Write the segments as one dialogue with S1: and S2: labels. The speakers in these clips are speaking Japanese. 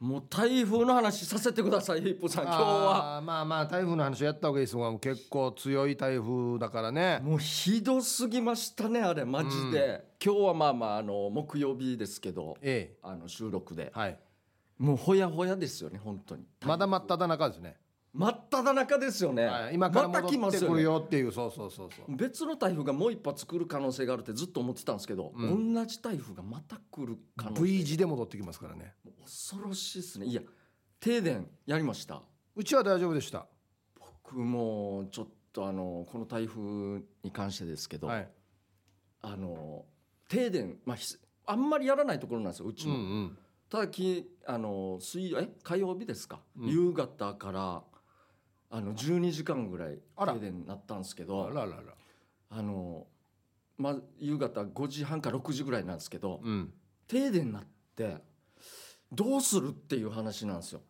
S1: もう台風の話させてくださいヒップさん今日は
S2: あーまあまあ台風の話をやった方がいいですが結構強い台風だからね
S1: もうひどすぎましたねあれマジで、今日はまあまああの木曜日ですけど
S2: え
S1: あの収録で
S2: えはい
S1: もうほやほやですよね本当に
S2: まだ真っ只中ですね、
S1: 真っ只中ですよね、
S2: はい、今から
S1: また来
S2: 戻
S1: ま
S2: って
S1: すよ
S2: くる
S1: ね
S2: よっていう、そうそうそうそう
S1: 別の台風がもう一発来る可能性があるってずっと思ってたんですけど、
S2: うん
S1: 同じ台風がまた来る可能性
S2: V 字で戻ってきますからね
S1: 恐ろしいですねいや停電やりました
S2: うちは大丈夫でした
S1: 僕もちょっとあのこの台風に関してですけど、
S2: はい
S1: あの停電、まあ、ひすあんまりやらないところなんですようち
S2: うん
S1: も、
S2: うん
S1: ただきあの水曜え火曜日ですか、
S2: うん
S1: 夕方からあの12時間ぐらい
S2: あら
S1: 停電になったんですけ
S2: あ
S1: ど
S2: ららら
S1: あの、まあ、夕方5時半か6時ぐらいなんですけど、
S2: うん
S1: 停電になってどうするっていう話なんですよ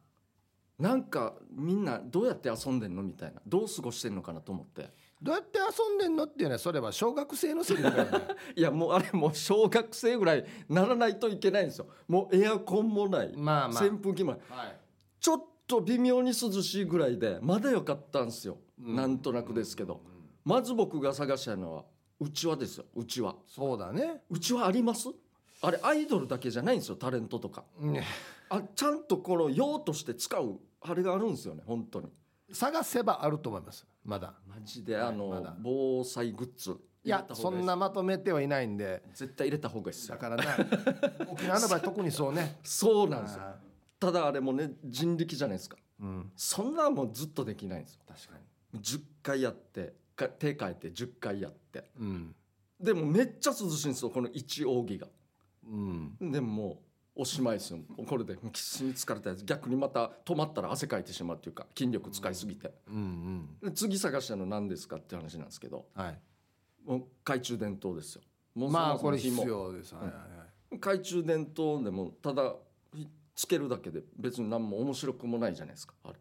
S1: なんかみんなどうやって遊んでんのみたいなどう過ごしてんのかなと思って
S2: どうやって遊んでんのっていうねそれは小学生のセリフだよね
S1: いやもうあれもう小学生ぐらいならないといけないんですよもうエアコンもない、
S2: まあまあ
S1: 扇風機もない
S2: はい
S1: ちょっと微妙に涼しいぐらいでまだ良かったんですよ、
S2: うん
S1: なんとなくですけど、まず僕が探したのはうちわですようちわ
S2: そうだね
S1: うちわありますあれアイドルだけじゃないんですよタレントとか
S2: ね
S1: あちゃんとこの用として使うあれがあるんですよね本当に
S2: 探せばあると思いますまだ
S1: マジで、
S2: はい
S1: あの、
S2: まだ
S1: 防災グッズ
S2: いやそんなまとめてはいないんで
S1: 絶対入れた方がいいです
S2: だ
S1: よ
S2: から な沖縄の場合特にそうね
S1: そうなんですよ
S2: あ
S1: ただあれもね人力じゃないですか
S2: ーうん
S1: そんなもうずっとできないんですよ
S2: 確か
S1: 10回やってか手変えて10回やって
S2: にうん
S1: でもめっちゃ涼しいんですよこの一扇が
S2: うん
S1: でももうおしまいですよこれでもうきっしり疲れたやつ逆にまた止まったら汗かいてしまうというか筋力使いすぎて、
S2: うんうん
S1: で次探したの何ですかって話なんですけど
S2: はい
S1: もう懐中電灯ですよもう
S2: まあ
S1: そ
S2: こ
S1: も
S2: れ
S1: そも
S2: 必
S1: 火も
S2: 要ですはいはい
S1: 懐中電灯でもただひつけるだけで別に何も面白くもないじゃないですかあれ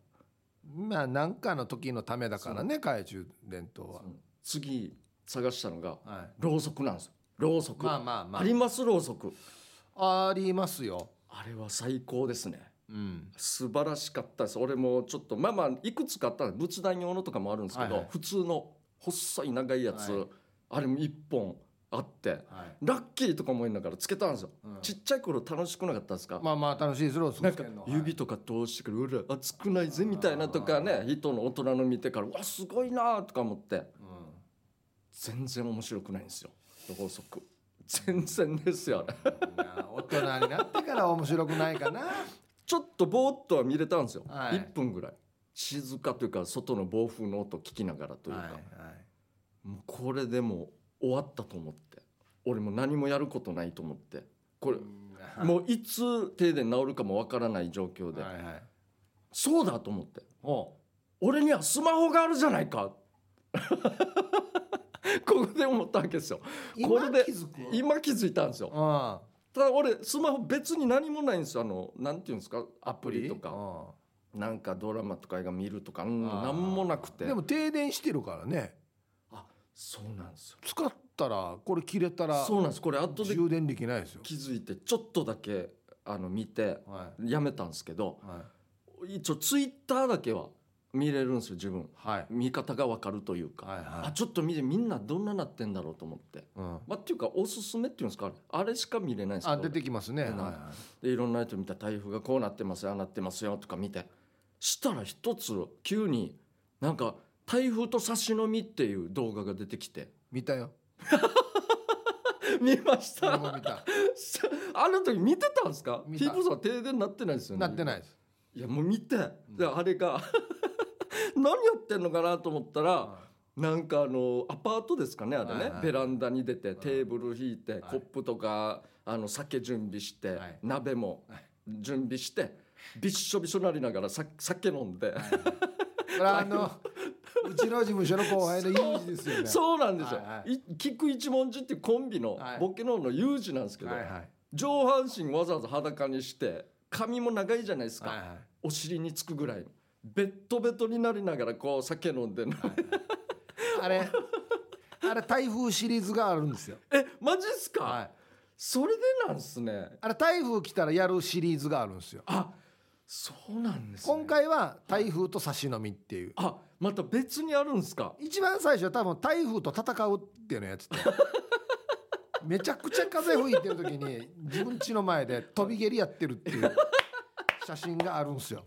S2: まあ何かの時のためだからね懐中電灯は
S1: その次探したのが
S2: はい
S1: ろうそくなんですよろうそく、
S2: まあまあま
S1: ありますろうそく
S2: あありますよ
S1: あれは最高ですね
S2: うん
S1: 素晴らしかったです俺もちょっとまあまあいくつかあったんで仏壇用のとかもあるんですけど、
S2: はいはい
S1: 普通の細い長いやつ、
S2: はい
S1: あれも1本あって
S2: はい
S1: ラッキーとか思いながらつけたんですよ、
S2: うん
S1: ちっちゃい頃楽しくなかったですか、
S2: まあまあ楽しいですろ
S1: なんか指とか通してくる「うら熱くないぜ」みたいなとかね人の大人の見てから「うわすごいな」とか思って全然面白くないんですよろうそく全然ですよあれ
S2: 大人になってから面白くないかな
S1: ちょっとぼーっとは見れたんですよ、
S2: はい
S1: 1分ぐらい静かというか外の暴風の音聞きながらというか、もうこれでもう終わったと思って俺もう何もやることないと思ってこれもういつ停電治るかもわからない状況で、
S2: はいはい
S1: そうだと思って
S2: お
S1: 俺にはスマホがあるじゃないか ここで思ったわけですよこれで今気づいたんですよ
S2: うん
S1: ただ俺スマホ別に何もないんですよあのなんていうんですかアプリとか
S2: か
S1: なんかドラマとか映画見るとかうん
S2: あー
S1: 何もなくて
S2: でも停電してるからね
S1: そうなんですよ
S2: 使ったらこれ切れたら
S1: そうなんですこれ後で
S2: 充電できないですよ
S1: 気づいてちょっとだけあの見て
S2: は
S1: やめたんですけど
S2: いはい
S1: 一応ツイッターだけは見れるんですよ自分
S2: はい
S1: 見方がわかるというか、
S2: はいは
S1: あ
S2: い
S1: ちょっと見てみんなどんななってんだろうと思って。
S2: うん
S1: まあ、っていうかおすすめっていうんですかあれあれしか見れないんですけ
S2: あ
S1: ど
S2: 出てきますね
S1: う
S2: は
S1: ん
S2: いはい
S1: でいろんな人見たら台風がこうなってますよああなってますよとか見てしたら一つ急になんか「台風と差し飲み」っていう動画が出てきて
S2: 見たよ
S1: 見まし
S2: 俺
S1: た
S2: も見た
S1: あの時見てたんですか
S2: 見
S1: ヒ
S2: た
S1: ープーさん停電なってないですよね
S2: なってないです
S1: いやもう見て、
S2: ん
S1: であれが 何やってんのかなと思ったら、なんかあのアパートですかねあれね、
S2: はいはい
S1: ベランダに出て
S2: ん
S1: テーブル引いて、コップとかあの酒準備して、
S2: はい
S1: 鍋も
S2: はい
S1: 準備してびっしょびしょなりながらさ酒飲んで、
S2: これあのうちの事務所の後輩の友人ですよ ね
S1: そうなんですよ、
S2: はいいは
S1: 菊一文字っていうコンビの
S2: はい
S1: ボケの方のユージなんですけど、
S2: はいはい
S1: 上半身わざわざ裸にして髪も長いじゃないですか、
S2: はいはい
S1: お尻につくぐらいのベットベトになりながらこう酒飲んでんの
S2: あれあれ台風シリーズがあるんですよ
S1: えマジっすか、
S2: はい
S1: それでなんすね
S2: あれ台風来たらやるシリーズがあるんですよ
S1: あそうなんです、ね、
S2: 今回は台風と差し飲みっていう、
S1: あまた別にあるんですか
S2: 一番最初多分台風と戦うっていうのや つてめちゃくちゃ風吹いてる時に自分家の前で飛び蹴りやってるっていう写真があるんですよ。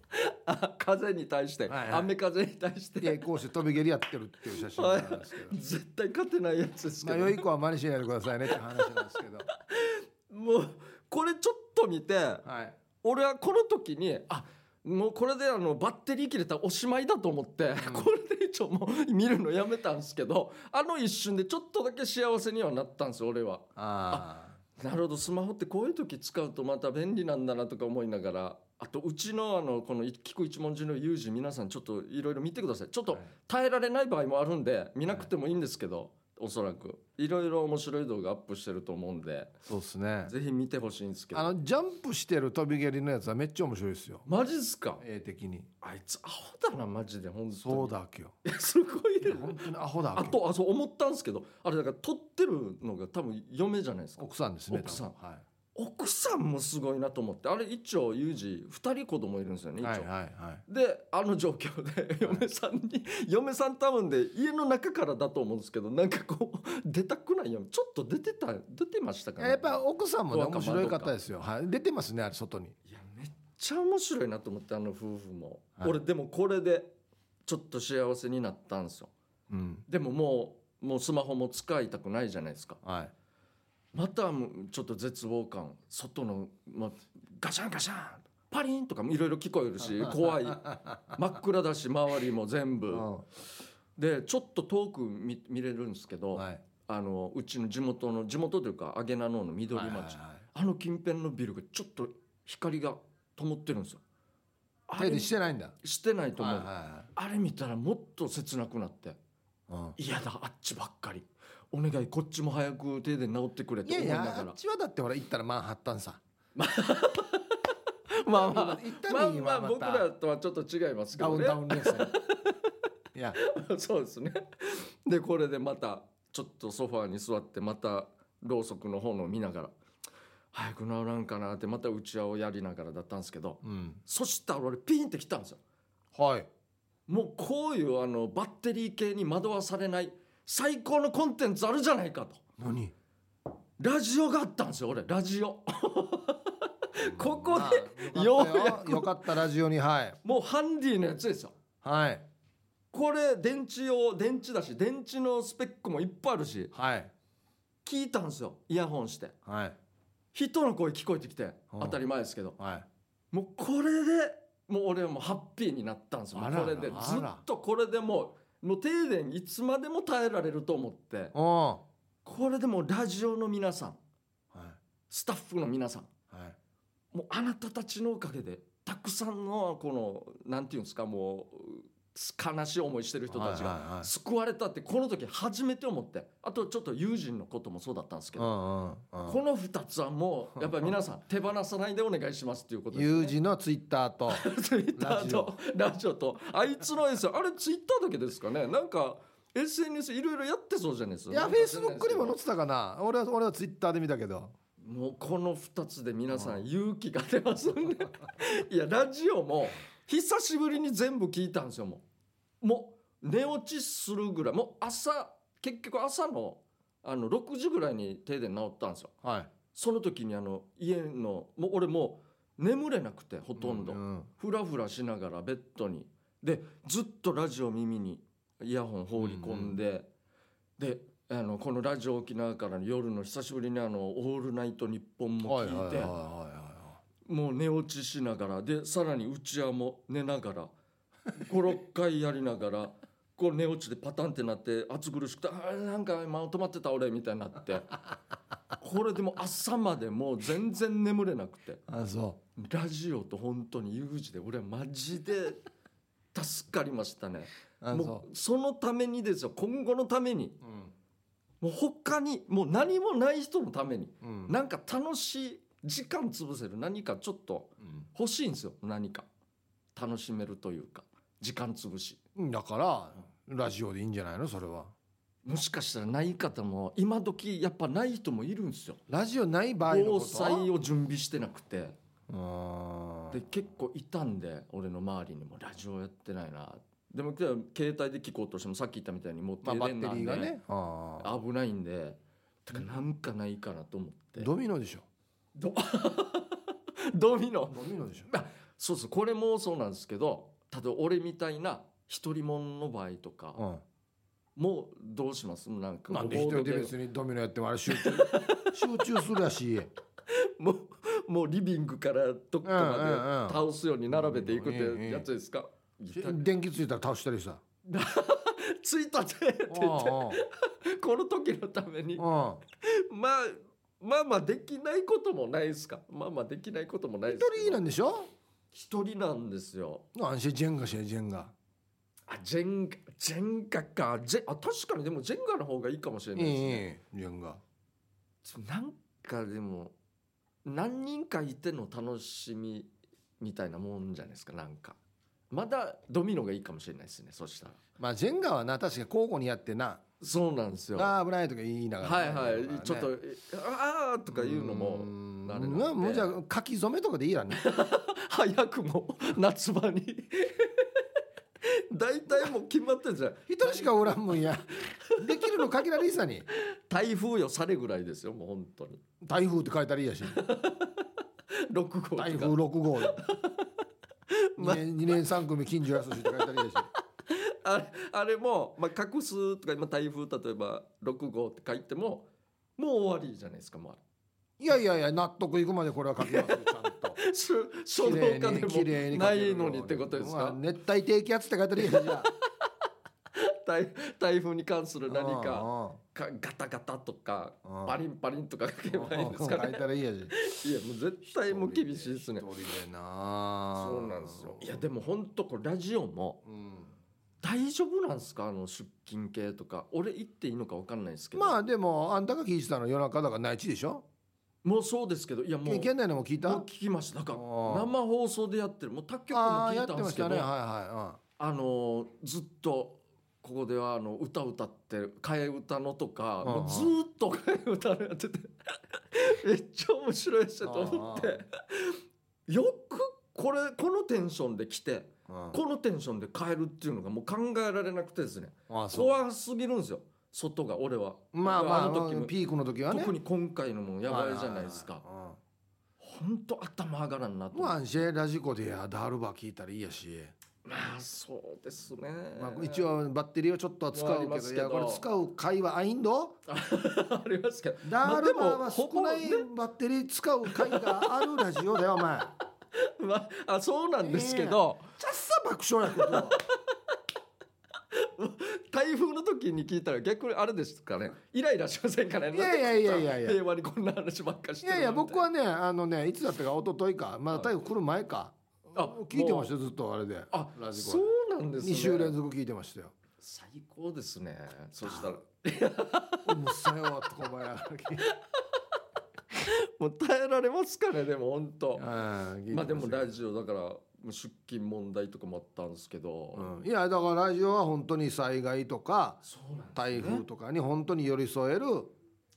S1: あ風に対して、
S2: はいはい
S1: 雨風に対して、
S2: でこうして飛び蹴りやってるっていう写真があるんですけど。
S1: 絶対勝てないやつです
S2: ま
S1: け
S2: あ
S1: ど、
S2: 良い子は真似しないでくださいねって話なんですけど。
S1: もうこれちょっと見て
S2: はい。
S1: 俺はこの時にあもうこれであのバッテリー切れたらおしまいだと思って、これで一応もう見るのやめたんですけどあの一瞬でちょっとだけ幸せにはなったんですよ俺は。
S2: あ
S1: なるほどスマホってこういう時使うとまた便利なんだなとか思いながらあとうちのあのこの菊一文字の有事皆さんちょっといろいろ見てくださいちょっ
S2: あ。
S1: と耐えられない場合もあるんで見なくてもいいんですけど、おそらくいろいろ面白い動画アップしてると思うんで
S2: そうですね。
S1: ぜひ見てほしいんですけ
S2: あ
S1: ど
S2: のジャンプしてる飛び蹴りのやつはめっちゃ面白いですよ。
S1: マジっすか
S2: 絵的に。
S1: あいつアホだなマジで本当に
S2: そうだっけよ。
S1: いやすごい
S2: い
S1: ね
S2: や本当にアホだっけ
S1: あとあそう思ったんですけどあれだから撮ってるのが多分嫁じゃないですか
S2: 奥さんですね。
S1: 奥さん
S2: 多分は
S1: 奥さんもすごいなと思ってあれ一応ユージ2人子供いるんですよね
S2: い。
S1: 一応、
S2: はいはいはい。
S1: であの状況で嫁さんに、嫁さん多分で家の中からだと思うんですけどなんかこう出たくないよちょっと出てた出てましたかね
S2: やっぱ奥さんもね
S1: 若
S2: 面
S1: 者
S2: 白い方ですよ。はい。出てますねあれ外に。
S1: いやめっちゃ面白いなと思ってあの夫婦も、
S2: はい
S1: 俺でもこれでちょっと幸せになったんですよ
S2: うん。
S1: でももうもうスマホも使いたくないじゃないですか
S2: はい。
S1: またもうちょっと絶望感外の、まあ、ガシャンガシャンパリンとかもいろいろ聞こえる し怖い真っ暗だし周りも全
S2: う
S1: 部
S2: ん。
S1: でちょっと遠く見見れるんですけど、
S2: はい。
S1: あのうちの地元の地元というか揚名のの緑町、
S2: はいはいはい
S1: あの近辺のビルがちょっと光が灯ってるんですよあ
S2: 手
S1: れ
S2: でしてないんだ。
S1: してないと思う、
S2: はいは
S1: あれ見たらもっと切なくなって
S2: いはい。うん。
S1: 嫌だあっちばっかりお願いこっちも早く停電治ってくれと
S2: いや
S1: 思い
S2: い
S1: な
S2: や
S1: が
S2: あ
S1: ら
S2: っちはだってほら行ったらマンハッタンさ
S1: まあまあ
S2: 行った
S1: まあ
S2: らいい
S1: ま
S2: わ
S1: あ
S2: ま
S1: 僕
S2: た
S1: らとはちょっと違いますけ
S2: ダ
S1: ど
S2: ウン
S1: ね
S2: ダウンレースいや
S1: そうですねでこれでまたちょっとソファーに座ってまたろうそくの炎を見ながら早く治らんかなってまた打ち合いをやりながらだったんですけど
S2: うん
S1: そしたら俺ピンってきたんですよ
S2: はい
S1: もうこういうあのバッテリー系に惑わされない最高のコンテンツあるじゃないかと
S2: 何
S1: ラジオがあったんですよ俺ラジオここで
S2: よ
S1: よ
S2: う
S1: う
S2: や
S1: や
S2: く
S1: く
S2: よかったラジオにはい
S1: もうハンディのやつですよ
S2: はい
S1: これ電池用電池だし電池のスペックもいっぱいあるし
S2: はい
S1: 聞いたんですよイヤホンして
S2: はい
S1: 人の声聞こえてきて
S2: うん
S1: 当たり前ですけど
S2: はい
S1: もうこれでもう俺はもうハッピーになったんですよも
S2: あ
S1: う
S2: ら
S1: これでずっ
S2: あら
S1: とこれでもうもう停電いつまでも耐えられると思って
S2: うんは
S1: これでもうラジオの皆さんスタッフの皆さん
S2: いはい
S1: もうあなたたちのおかげでたくさんのこのなんていうんですかもう悲しい思いしてる人たち
S2: はいはいは
S1: が
S2: い
S1: 救われたってこの時初めて思ってあとちょっと友人のこともそうだったんですけ
S2: う
S1: ど
S2: んうんう
S1: こ
S2: ん
S1: の2つはも うやっぱり皆さん手放さないでお願いしますっていうことです
S2: 友人のツイッターと
S1: ツイッターとラジオとあいつの S あれツイッターだけですかねなんか SNS いろいろやってそうじゃないですか
S2: いや
S1: な
S2: フ
S1: んか
S2: ェイスブックにも
S1: わかんない
S2: 載っ
S1: です
S2: てたかな俺は俺はツイッターで見たけど
S1: けどもうこの2つで皆さん勇気が出ますんでいやラジオも久しぶりに全部聞いたんですよもうもう寝落ちするぐらいもう朝結局朝のあの6時ぐらいに停電治ったんですよ
S2: はい
S1: その時にあの家のもう俺もう眠れなくてほとんど、
S2: うんうん
S1: ふらふらしながらベッドにでずっとラジオ耳にイヤホン放り込んで、であのこのラジオ沖縄からの夜の久しぶりにあの「オールナイトニッポン」も
S2: はい
S1: 聞い
S2: はい
S1: て、
S2: はいはい
S1: もう寝落ちしながらでさらにうちわも寝ながら56回やりながらこう寝落ちでパタンってなって暑苦しくて「あーなんか今止まってた俺」みたいになってこれでもう朝までもう全然眠れなくて。
S2: はいあそ
S1: ラジオと本当に有事で俺はマジで助かりましたね。
S2: うあ
S1: も
S2: そう
S1: そのためにですよ今後のために
S2: ううん
S1: もう他にもう何もない人のために
S2: うん
S1: なんか楽しい時間潰せる何かちょっと
S2: うん
S1: 欲しいんですよ何か楽しめるというか時間潰し
S2: だからラジオでいいんじゃないのそれは
S1: もしかしたらない方も今時やっぱない人もいるんですよ
S2: ラジオない場合のこ
S1: 防
S2: と
S1: 災を準備してなくて
S2: あ
S1: で結構いたんで俺の周りにもラジオやってないなでもけど携帯で聞こうとしてもさっき言ったみたいにもう
S2: まあ
S1: 停
S2: バ
S1: 電
S2: ッテ
S1: な
S2: リ
S1: ん
S2: ー
S1: で、
S2: がねあー
S1: 危ないんでだからなんかないかなと思って
S2: ドミノでしょ
S1: ど ドミノ
S2: ドミノでしょ
S1: そうそうこれもそうなんですけど例えば俺みたいな一人者の場合とか
S2: う
S1: もうどうしますなんか
S2: ん、なんで
S1: ボ
S2: 一
S1: ード
S2: 人で別にドミノやってもあれ集中集中する やし
S1: もうもうリビングからどっ
S2: うんうん
S1: か
S2: う
S1: ま
S2: ん
S1: で倒すように並べていくっ
S2: うんうんう
S1: て
S2: ん
S1: やつですか、いた
S2: 電気ついたら倒した りさ
S1: ついたてって
S2: うん
S1: 言ってこの時のために
S2: うん
S1: まあまあまあできないこともないですかまあまあできないこともないです
S2: 一人なんでしょ
S1: 一人なんですよ
S2: なんしジェンガしやジェンガ
S1: あジェンガジェンガかジェンあ確かにでもジェンガの方がいいかもしれないですね、
S2: えジェンガ
S1: ちょなんかでも何人かいての楽しみみたいなもんじゃないですかなんかまだドミノがいいかもしれないですねそしたら
S2: まあジェンガはな確かに交互にやってな
S1: そうなんですよは
S2: あー危ないとか言いなが
S1: い
S2: らね、
S1: はい、
S2: まあね
S1: ちょっと「ああ」とか言うの
S2: うー
S1: も
S2: ん
S1: あれなんで
S2: まあもうじゃあ書き初めとかでいいやね
S1: 早くも 夏場に大体もう決まってるじゃん
S2: 一人しかおらんもんやできるの限られいさに
S1: 台風よされぐらいですよもう本当に
S2: 台風って書いたらいい やし
S1: 6号とか
S2: 台風6号 2, 年二年3組近所やすしって書いたらいいやし
S1: あれあれも、まあ、隠すとか今台風例えば6号って書いてももう終わりじゃないですかもうあれ
S2: いやいやいや納得いくまでこれは書きますよちゃん と
S1: し書道家で
S2: 綺麗に綺麗
S1: も
S2: に
S1: ないのにってことです
S2: ま
S1: か
S2: あ熱帯低気圧って書いたらいいやしじゃ
S1: 台台風に関す
S2: あ
S1: る 何か
S2: あ
S1: かガタガタとか
S2: うん
S1: パリンパリンとか書け
S2: ー
S1: ばいいんですか
S2: 書い
S1: ね
S2: たらいいやし
S1: いやもう絶対もう厳しいですね
S2: 一人でな
S1: そうなんですよいやでも本当これラジオも
S2: うん
S1: 大丈夫なんですかあの出勤系とか俺行っていいのか分かんないですけど
S2: まあでもあんたが聞いてたの夜中だから内地でしょ
S1: もうそうですけどいやもう
S2: 県内のも聞い
S1: もう
S2: た
S1: 聞きましただから
S2: あー
S1: 生放送でやってるもう他局も
S2: ああ
S1: 聞
S2: や
S1: い
S2: ったて
S1: んで
S2: ますし
S1: け
S2: たねはい
S1: ど
S2: は
S1: あのーずっとここではあの歌歌ってる替え歌のとか、
S2: うんうん
S1: もうずーっと替え歌のやってて めっちゃ面白いしと思って
S2: うん
S1: よくこれこのテンションで来て
S2: いはい
S1: このテンションで変えるっていうのがもう考えられなくてですね
S2: ああそう
S1: 怖すぎるんですよ外が俺は
S2: まあまあ
S1: あの時も
S2: ピークの時はね
S1: 特に今回のもやばいじゃないですか
S2: はいはいはい
S1: 本当頭上がらんなと
S2: うん
S1: 思って
S2: まあシェラジコでやダールバー聞いたらいいやし
S1: まあそうですね、
S2: まあ一応バッテリーはちょっとは使う
S1: あり
S2: け
S1: ま
S2: ど
S1: す
S2: い
S1: けど
S2: やこれ使う回はあいんど
S1: ありますけどま
S2: ダ
S1: あ
S2: ー
S1: で
S2: ル
S1: も
S2: バーは少ない
S1: ほ
S2: バッテリー使う回があるラジオだよお前
S1: まあ、あそうなんですけど、
S2: ちゃっさ爆笑やけど
S1: 台風の時に聞いたら逆にあれですかねイライラしませんかね
S2: いやいやいやいやいや
S1: 平和にこんな話ばっかし
S2: い
S1: てる
S2: やいや僕はねあのねいつだったか一昨日かまだ台風来る前か
S1: あ
S2: 聞いてました
S1: もう
S2: よずっとあれで
S1: あ
S2: ラジコ
S1: そうなんですね
S2: 2週連続聞いてましたよ
S1: 最高ですねそしたら
S2: 「もうさよ」とか思いながら聞いて
S1: もう耐えられますかねでも本当
S2: うん聞いて
S1: まあでも
S2: した
S1: ラジオだからもう出勤問題とかもあったんですけど、
S2: うんいやだからラジオは本当に災害とか
S1: そうなんです
S2: 台風とかに本当に寄り添える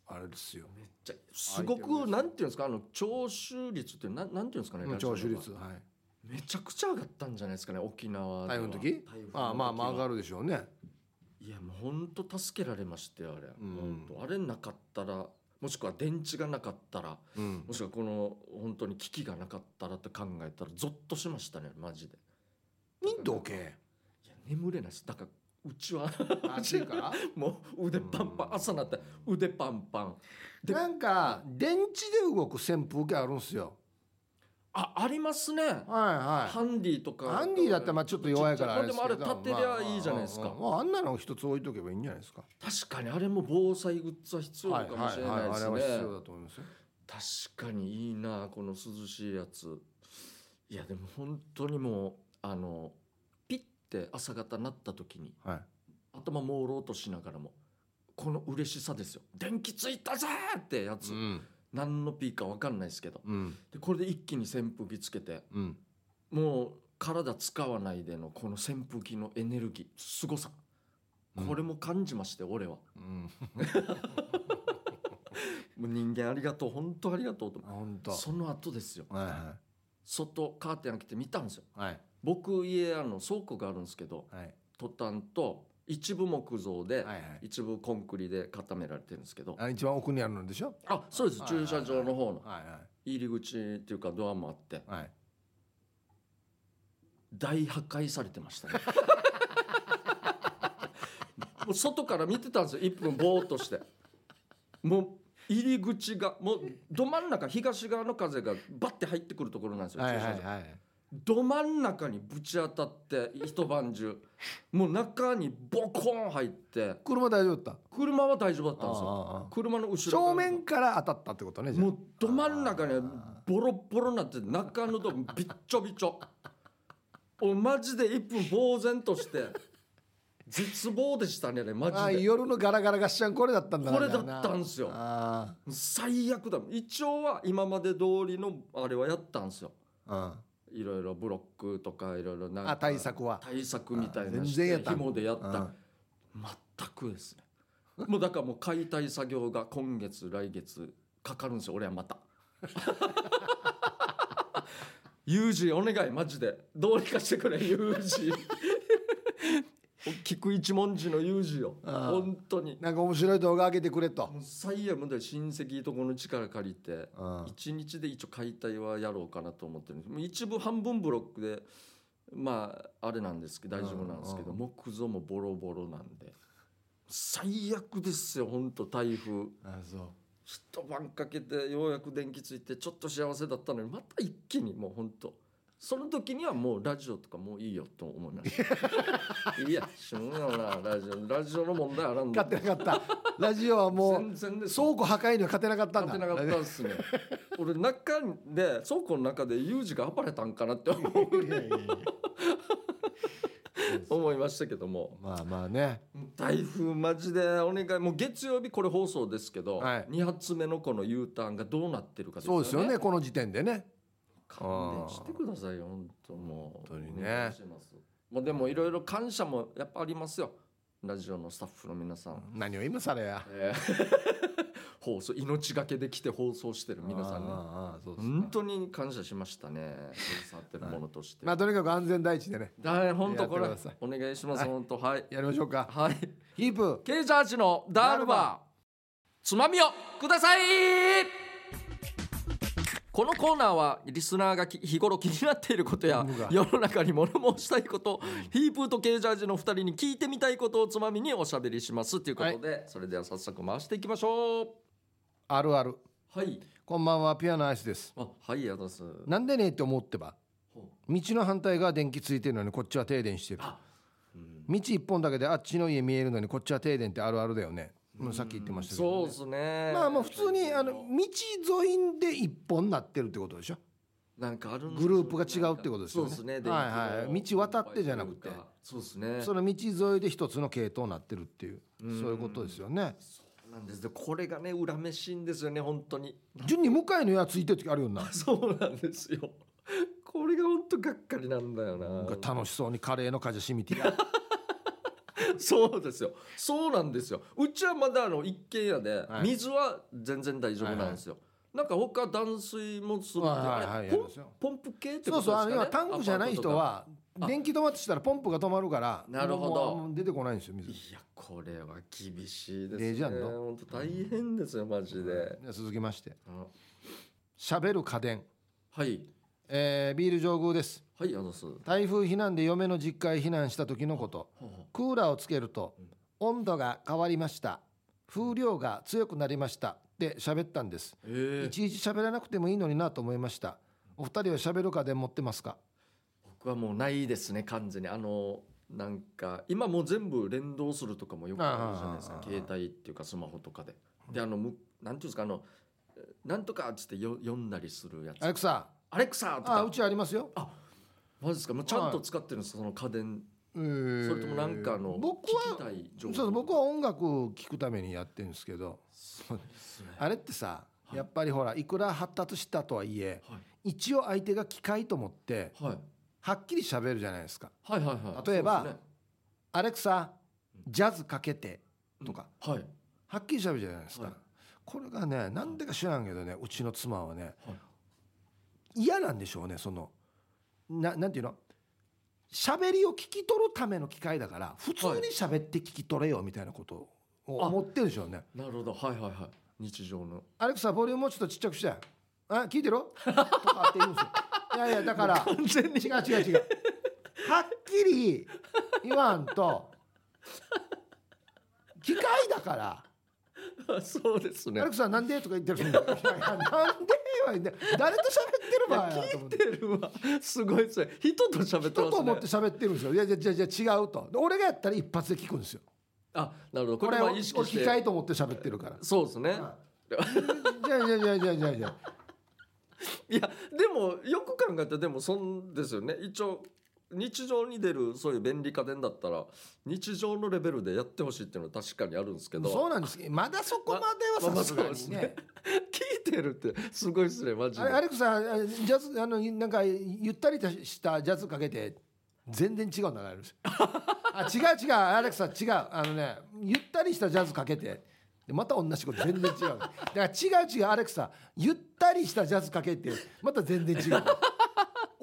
S2: あれですよ
S1: めっちゃすごくなんていうんですかあの聴取率ってなんなんていうんですかねラジオ
S2: 聴
S1: の
S2: 取率はい
S1: めちゃくちゃ上がったんじゃないですかね沖縄では
S2: 台風の時
S1: 台風の時は
S2: ああまあまあ上がるでしょうね
S1: いやもう本当助けられましたよあれ、
S2: うん
S1: ほんとあれなかったらもしくは電池がなかったら
S2: うん
S1: もしくはこの本当に危機がなかったらって考えたらゾッとしましたねマジで
S2: インド 系
S1: いや眠れないですだからうちは
S2: 暑いから
S1: もう腕パンパン朝になって腕パンパンで
S2: なんか電池で動く扇風機あるんすよ
S1: あありますね
S2: はいはい
S1: ハンディとか
S2: アンディだったらまあちょっと弱いからあれですけど
S1: でもあれ立てりゃいいじゃないですか
S2: まあまあまああんなの一つ置いとけばいいんじゃないですか
S1: 確かにあれも防災グッズは必要かもしれないで
S2: あれ
S1: す
S2: は
S1: ね、
S2: 必要だと思いますよ
S1: 確かにいいなこの涼しいやついやでも本当にもうあのピッて朝方なった時に
S2: はい
S1: 頭朦朧としながらもこの嬉しさですよ電気ついたぜーってやつ、
S2: うん
S1: 何のピーか分かんないですけど
S2: うん
S1: でこれで一気に扇風機つけて
S2: うん
S1: もう体使わないでのこの扇風機のエネルギーすごさこれも感じまして、俺は
S2: うん
S1: もう人間ありがとう本当ありがとうと
S2: 本当
S1: その後ですよ
S2: はいは
S1: 外カーテン開けて見たんですよ
S2: はい
S1: 僕家あの倉庫があるんですけど
S2: はい
S1: トタンと一部木造で、
S2: はいはい
S1: 一部コンクリで固められてるんですけど
S2: あ一番奥にあるのでしょ
S1: あそうです
S2: はいはい
S1: 駐
S2: はい
S1: 車場の方の
S2: はい
S1: 入り口っていうかドアもあって
S2: はいはい
S1: 大破壊されてましたね もう外から見てたんですよ1分ぼーっとしてもう入り口がもうど真ん中東側の風がバッて入ってくるところなんですよ、
S2: はい
S1: 駐車
S2: はい
S1: 場
S2: はい
S1: ど真ん中にぶち当たって一晩中もう中にボコーン入って
S2: 車大丈夫だった
S1: 車は大丈夫だったんですよ
S2: ああああ
S1: 車の後ろ側
S2: 正面から当たったってことねじゃあ
S1: もうど真ん中に
S2: あ
S1: ボロボロになって中のとこびっちょびちょおマジで一分呆然として絶望でしたねあれマ
S2: ああ
S1: ジで
S2: 夜のガラガラガッシャンこれだったんだな
S1: これだったんですよ
S2: あ
S1: 最悪だ一応は今まで通りのあれはやったんですよ
S2: あうん
S1: いろいろブロックとかいろいろなんか
S2: あ対策は
S1: 対策みたいな
S2: あ全
S1: し
S2: 然やってた
S1: 紐でやった、
S2: うん
S1: 全くですねもうだからもう解体作業が今月来月かかるんですよ俺はまた ユージお願いマジでどうにかしてくれユージ菊一文字のユージよ
S2: ああ
S1: 本当に
S2: なんか面白い動画上げてくれと
S1: もう最悪で親戚とこの力借りて
S2: うん
S1: 一日で一応解体はやろうかなと思ってるんですもう一部半分ブロックでまああれなんですけど大丈夫なんですけど
S2: うん
S1: 木造もボロボロなんで最悪ですよ本当台風
S2: あそ
S1: 一晩かけてようやく電気ついてちょっと幸せだったのにまた一気にもう本当その時にはもうラジオとかもういいよと思いました いやしょうがないなラジオラジオの問題あらん
S2: う
S1: だ
S2: 勝ってなかったラジオはもう
S1: 全然です
S2: 倉庫破壊には勝てなかったんだ
S1: 勝てなかったん すね俺中で倉庫の中でユージが暴れたんかなって 思う
S2: いやいやいや
S1: 思いましたけども
S2: まあまあね
S1: 台風マジでお願いもう月曜日これ放送ですけど、
S2: はい
S1: 2発目のこの U ターンがどうなってるか
S2: そうですよねこの時点でね
S1: 勘弁してくださいよ本当もう
S2: 本当にね
S1: お願いしますまあでもいろいろ感謝もやっぱありますよラジオのスタッフの皆さん、
S2: 何を今されや
S1: えー 放送命がけで来て放送してる皆さんね
S2: ああああそうですね
S1: 本当に感謝しましたね携わってるものとして、
S2: まあとにかく安全第一でね
S1: だ本当これ
S2: やってください
S1: お願いします、
S2: はい
S1: 本当はい
S2: やりましょうか
S1: はい
S2: ヒープ
S1: ケイジャージのダールバーつまみをくださいこのコーナーはリスナーがき日頃気になっていることや
S2: 僕が
S1: 世の中に物申したいこと、ヒープーとケイジャージの2人に聞いてみたいことをつまみにおしゃべりしますということで、それでは早速回していきましょう
S2: あるある
S1: はい
S2: こんばんはピアノアイスです
S1: あはいやだす
S2: なんでねって思ってば道の反対側電気ついてるのにこっちは停電してる
S1: あうん
S2: 道一本だけであっちの家見えるのにこっちは停電ってあるあるだよねもうさっき言ってましたけどね、
S1: そうですね
S2: まあまあ普通にあの道沿いで一本なってるってことでしょ
S1: なんかあるん
S2: グループが違うってことですよね
S1: そうですね。
S2: はいはい
S1: 電気の
S2: 道渡ってじゃなくて
S1: そうですね。
S2: その道沿いで一つの系統になってるっていう
S1: うん
S2: そういうことですよね
S1: そうなんです。でこれがね裏飯んですよね本当に。
S2: 順に向かいのやついてる時あるよな
S1: そうなんですよ。これが本当がっかりなんだよな。
S2: なんか楽しそうにカレーの風しみてや
S1: そうですよ。そうなんですよ。うちはまだあの一軒家で、
S2: はい
S1: 水は全然大丈夫なんですよ。なんか他断水もするって、
S2: はいはいはい
S1: あれ
S2: や
S1: ポ
S2: るん
S1: ン
S2: ですよ
S1: ポンプ系って
S2: そ
S1: ことで
S2: う
S1: す
S2: そう
S1: か
S2: あ
S1: ね。
S2: の今タンクじゃない人
S1: アパート
S2: は
S1: あ
S2: 電気止まってしたらポンプが止まるから
S1: なるほど
S2: もう出てこないんですよ
S1: と
S2: 水
S1: か。いやこれは厳しい
S2: レ
S1: で
S2: ジ
S1: すね。
S2: やんの
S1: 本当大変ですよマジで。
S2: で続きまして
S1: あ
S2: 喋る家電、
S1: はい
S2: えービール上宮です
S1: はいあのそう。
S2: 台風避難で嫁の実家へ避難した時のこと
S1: ほうほう
S2: クーラーをつけると温度が変わりました風量が強くなりましたって喋ったんです
S1: ええ
S2: いちいち喋らなくてもいいのになと思いましたお二人は喋る家電持ってますか
S1: 僕はもうないですね完全にあのなんか今もう全部連動するとかもよくあるじゃないです
S2: あ
S1: か
S2: ー
S1: 携帯っていうかスマホとかでであのむなんていうんですかあのえなんとかっつってよ読んだりするやつ
S2: アレクサ
S1: アレクサと
S2: あう
S1: か
S2: ちありますよ
S1: マジですかもうちゃんと使ってるんですかその家電
S2: そ
S1: そ
S2: れ
S1: れともなんかあの
S2: 僕は
S1: 聞きたい情
S2: そう
S1: 報
S2: そう僕は音楽を聴くためにやってるんですけど
S1: そうですね
S2: あれってさ
S1: はい
S2: やっぱりほらいくら発達したとはいえ
S1: はい
S2: 一応相手が機械と思って
S1: はい
S2: はっきり喋るじゃないですか
S1: はいはいはい
S2: 例えば
S1: そうですね
S2: 「アレクサ
S1: う
S2: ジャズかけて」とか
S1: はい
S2: はっきり喋るじゃないですか、
S1: はい
S2: これがねなんでか知らんけどねうちの妻はね、
S1: はい
S2: 嫌なんでしょうねそのななんていうの喋りを聞き取るための機会だから普通に喋って聞き取れよみたいなことを思ってるでしょうね、
S1: なるほどはいはいはい日常の
S2: アレクサボリュームもうちょっとちっちゃくしてあ聞いてろとかって言うんですよいやいやだから
S1: 完全に
S2: 違う違う違うはっきり言わんと機械だから
S1: あ そうです
S2: 「ア
S1: ね
S2: レクサなんで?」とか言ってる んだよいやいやなんで?」は言って誰と喋ってる場合やと思って
S1: 聞いてるわすごいですね人と喋って
S2: 人と思っ
S1: ま
S2: て
S1: すね
S2: 喋ってるんですよ「いやいやいやいや違う」とで俺がやったら一発で聞くんですよ
S1: あなるほど
S2: こ
S1: こ
S2: れ
S1: れ
S2: を
S1: は
S2: 俺
S1: 意識し
S2: 機械
S1: て
S2: と思って喋ってるから
S1: そうですね
S2: じゃあじゃあじゃあじゃあじゃあじゃあ
S1: いやでもよく考えたらでもそんですよね一応日常に出るそういう便利家電だったら日常のレベルでやってほしいっていうのは確かにあるんですけど
S2: そうなんですけどまだそこまではさすがに
S1: まあまあ
S2: ね
S1: 聞いてるってすごいですねマジ
S2: あ
S1: で
S2: れアレクサあジャズあのなんかゆったりとしたジャズかけて全然違う の流れるんですよあ違う違うアレクサ違うあのねゆったりしたジャズかけてでまた同じこと全然違うだから違う違うアレクサゆったりしたジャズかけてまた全然違う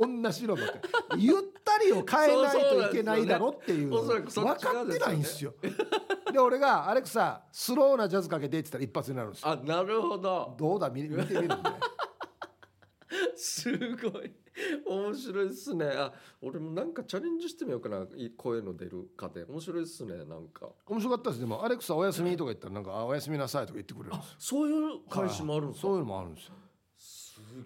S2: 同じのばっかりゆったりを変えないといけないだろっていうの
S1: そうそうなんですよね
S2: 分かってないんですよで俺が「アレクサスローなジャズかけて」って言ったら一発になるんですよ
S1: あなるほど
S2: どうだ見見てみるんで。
S1: すごい面白いですねあ俺もなんかチャレンジしてみようかない声の出る家電面白いですねなんか
S2: 面白かったですでも「アレクサおやすみ」とか言ったらなんかあ「おやすみなさい」とか言ってくれるんですよ
S1: そういう返しもあるんですか
S2: そういうのもあるんですよ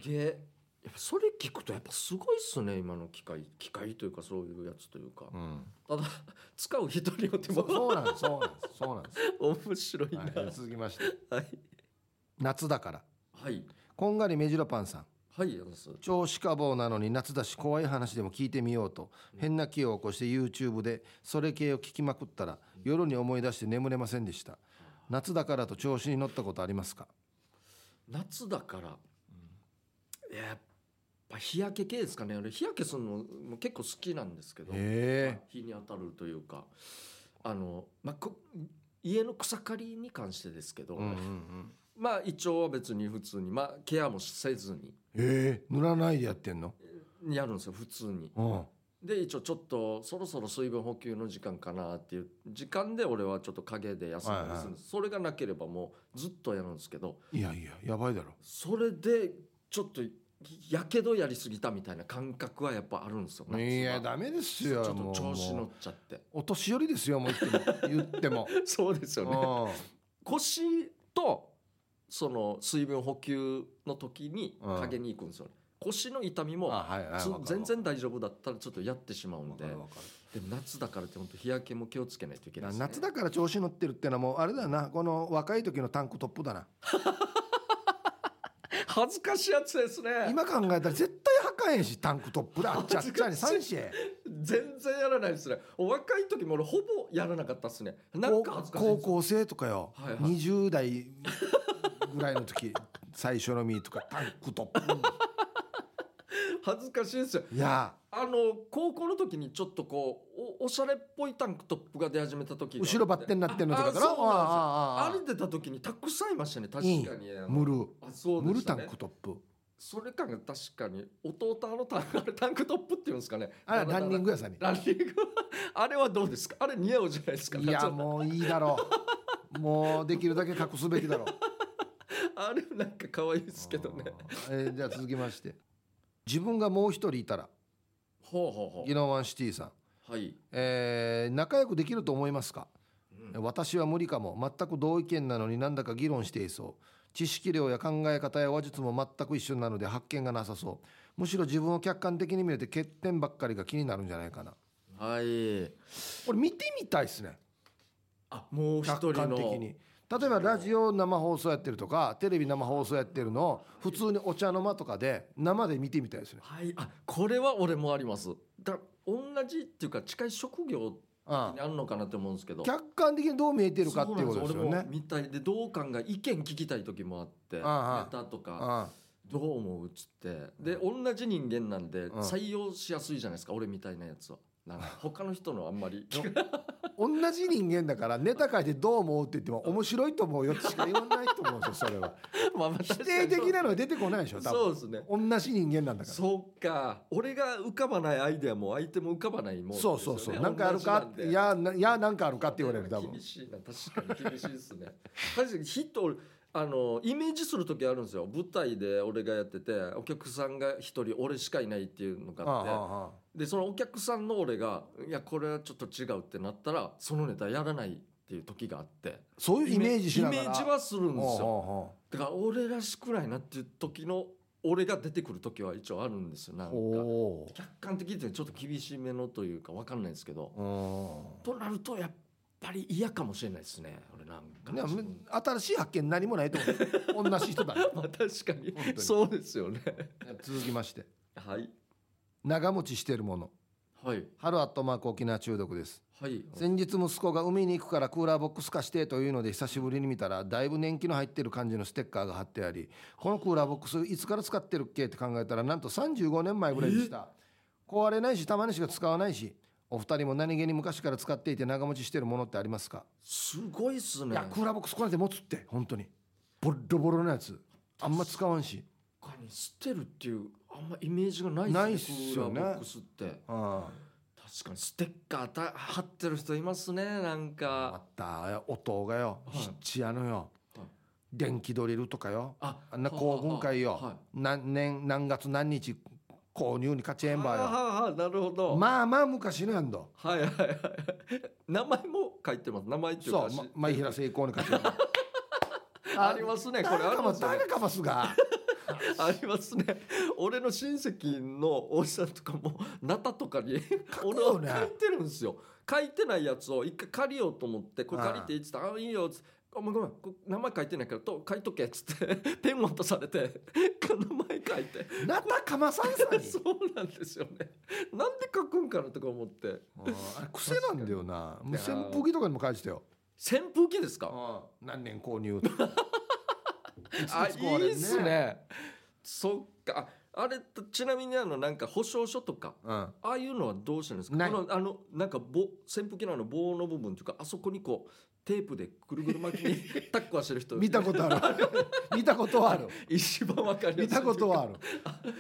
S1: すげえやっぱそれ聞くとやっぱすごいっすね今の機械機械というかそういうやつというか、
S2: うん
S1: ただ使う人によって
S2: そう
S1: も
S2: そうなんですそうなんですそうなんで
S1: 面白いな
S2: す、はい、続きまして
S1: はい
S2: 夏だから
S1: はい
S2: こんがり目白パンさん
S1: はいやす
S2: 超シカボーなのに夏だし怖い話でも聞いてみようと変な気を起こして YouTube でそれ系を聞きまくったら夜に思い出して眠れませんでした夏だからと調子に乗ったことありますか
S1: 夏だから、いややっぱ日焼け系ですかね俺日焼けするのも結構好きなんですけど
S2: へ
S1: 日に当たるというかあの、まあ、こ家の草刈りに関してですけど、
S2: えうんうんうん
S1: まあ一応は別に普通に、まあ、ケアもせず
S2: ええ塗らないでやってんの
S1: にやるんですよ普通に。
S2: うん
S1: で一応ちょっとそろそろ水分補給の時間かなっていう時間で俺はちょっと陰で休んだりするんです、それがなければもうずっとやるんですけど
S2: いやいややばいだろ
S1: それでちょっとやけどやりすぎたみたいな感覚はやっぱあるんですよ夏はい
S2: やダメです
S1: ちょ
S2: よ
S1: っと
S2: もう
S1: 調子
S2: も
S1: 乗
S2: う
S1: っちゃって
S2: お年寄りですよもう言っても言って も
S1: そうですよね腰とその水分補給の時に
S2: うん
S1: 陰に行くんですよね、腰の痛み
S2: うんあ
S1: も
S2: はいはい
S1: つ
S2: わかる
S1: 全然大丈夫だったらちょっとやってしまうん
S2: わ
S1: で
S2: かるわか
S1: でも夏だからって本当日焼けも気をつけないといけ
S2: る
S1: ない
S2: な
S1: です、ね、
S2: 夏だから調子乗ってるってのはもうあれだなこの若い時のタンクトップだな
S1: 恥ずかしいやつですね
S2: 今考えたら絶対はかへんしタンクトッ プだあっちゃっちゃに三し
S1: 全然やらないですねお若い時も俺ほぼやらなかったですねなんか恥ずかしい
S2: 高
S1: んですよ
S2: 校生とかよ、
S1: はいはい
S2: 二十20代ぐらいの時 最初のミーとかタンクトッ
S1: 恥ずかしいですよ
S2: プいや
S1: あの高校の時にちょっとこうおおしゃれっぽいタンクトップが出始めた時があって
S2: 後ろバッテンになってんのとかだろ
S1: ああそうなんですよ
S2: あああああ
S1: 歩いてた時にたくさんいましたね確かにあの
S2: ムル
S1: あそう
S2: ム
S1: で
S2: ル
S1: した
S2: タ
S1: ね
S2: ンクトップ
S1: それかが確かに弟あのタンクあれタンクトップっていうんですかね
S2: あれランニン
S1: グ
S2: グ屋さんに
S1: ランニングあれはどうですかあれ似合うじゃないですか
S2: いや
S1: 夏は
S2: もういいだろう もうできるだけ隠すべきだろう
S1: あれなんか可愛いですけどね
S2: あーえーじゃあ続きまして自分がもう一人いたら
S1: ほうほうほ
S2: ギノワンシティさん、
S1: うはい、
S2: えー仲良くできると思いますか
S1: うん
S2: 私は無理かも全く同意見なのになんだか議論していそう知識量や考え方や話術も全く一緒なので発見がなさそうむしろ自分を客観的に見れて欠点ばっかりが気になるんじゃないかな
S1: はい
S2: これ見てみたいですね
S1: あもう一人
S2: 客観
S1: の
S2: 的に例えばラジオ生放送やってるとかテレビ生放送やってるのを普通にお茶の間とかで生で見てみたいですね
S1: はいあこれは俺もありますだ同じっていうか近い職業
S2: あ
S1: にあるのかなって思うんですけど
S2: 客観的にどう見えてるかっていうことです
S1: そう
S2: よ
S1: なん
S2: ね
S1: 俺も。見たいで同感が意見聞きたい時もあってネ
S2: ああ
S1: タとか
S2: あ
S1: どう思うっつってで同じ人間なんで
S2: うん
S1: 採用しやすいじゃないですか俺みたいなやつはなんか他の人のあんま り
S2: 同じ人間だからネタ書いてどう思うって言っても面白いと思うよってしか言わないと思うんですよそ れは
S1: まあまあ
S2: 否定的なのは出てこないでしょ多
S1: そう
S2: 分
S1: ですね
S2: 同じ人間なんだから
S1: そうか俺が浮かばないアイデアも相手も浮かばないもんです
S2: そ
S1: よ
S2: う
S1: ね
S2: そうそう、
S1: 同じ
S2: なんかあるか
S1: んで
S2: いやないやなんかあるかって言われる多分
S1: 厳しいな確かに厳しいですね確かにヒットあのイメージする時あるんですよ舞台で俺がやっててお客さんが一人俺しかいないっていうのが
S2: ああ
S1: あって
S2: ああ
S1: でそのお客さんの俺がいやこれはちょっと違うってなったらそのネタやらないっていう時があって
S2: そういうイメージしながら
S1: イメージはするんですよ
S2: よ
S1: だから俺らしくないなっていう時の俺が出てくる時は一応あるんですよなんか
S2: おお
S1: 客観的ってちょっと厳しめのというか分かんないんですけど
S2: ー
S1: となるとやっぱり嫌かもしれないですね俺なんか
S2: ね
S1: 自分
S2: 新しい発見何もないと思 う同じ人だ
S1: まあ確かに
S2: 本当に
S1: そうですよね
S2: 続きまして
S1: はい
S2: 長持ちしてるもの
S1: はい
S2: 春アットマーク沖縄中毒です
S1: はい
S2: 先日息子が海に行くからクーラーボックス貸してというので久しぶりに見たらだいぶ年季の入ってる感じのステッカーが貼ってありこのクーラーボックスいつから使ってるっけって考えたらなんと35年前ぐらいでした壊れないしたまにしか使わないしお二人も何気に昔から使っていて長持ちしてるものってありますか、
S1: すごいっす
S2: い
S1: ね
S2: やクーラーボックスこうやって持つって本当にボッロボロのやつあんま使わんし
S1: 他に捨てるっていうあんまイメージがない
S2: ないっ
S1: です
S2: す
S1: ね
S2: よね
S1: クーラーボックスって
S2: あ
S1: 確かにステッカーた貼ってる人いますねなん
S2: あ
S1: か
S2: また音がよ
S1: はい
S2: ひっちやのよ、
S1: はい
S2: 電気ドリルとかよ
S1: あ
S2: あんな公文会よ、
S1: は
S2: 何年何月何日購入に勝ち
S1: い
S2: えん
S1: は
S2: ば
S1: あはあなるほ
S2: よ
S1: ど
S2: まあまあ昔のやんど
S1: はいはいはい名前も書いてます名前っていう
S2: そ
S1: か
S2: う、ま
S1: し、
S2: 前平成功に勝ちえん ば
S1: ありますねこれあり
S2: 誰かも
S1: ますね
S2: 誰かま すが
S1: ありますね俺の親戚のおじさんとかも ナタとかに
S2: 書く
S1: 俺
S2: よ
S1: を書
S2: ね
S1: いてるんですよ書いてないやつを一回借りようと思ってこれ借りていいっつって「ああいいよ」っつって「ごめんごめんこれ名前書いてないからと書いとけ」っつって ペン渡されて 名前書いて
S2: なたかまさんさ に
S1: そうなんですよねなんで書くんかなとか思って
S2: うんあれ癖なんだよなもう
S1: 確か
S2: 扇
S1: に
S2: 風機とかにも返してよ
S1: 扇風機ですか
S2: 何年購 入とかいつ
S1: あ
S2: い
S1: い
S2: つ壊れん
S1: いっすねそっかああれとちなみにあのなんか保証書とか
S2: うん
S1: ああいうのはどうしたんですか
S2: ない
S1: このあのなんか棒扇風機のあの棒の部分というかあそこにこうテープでぐるぐる巻 きにタックはしてる人
S2: 見たことあ る見たことはある
S1: 一番わかりやすい
S2: 見たことはある。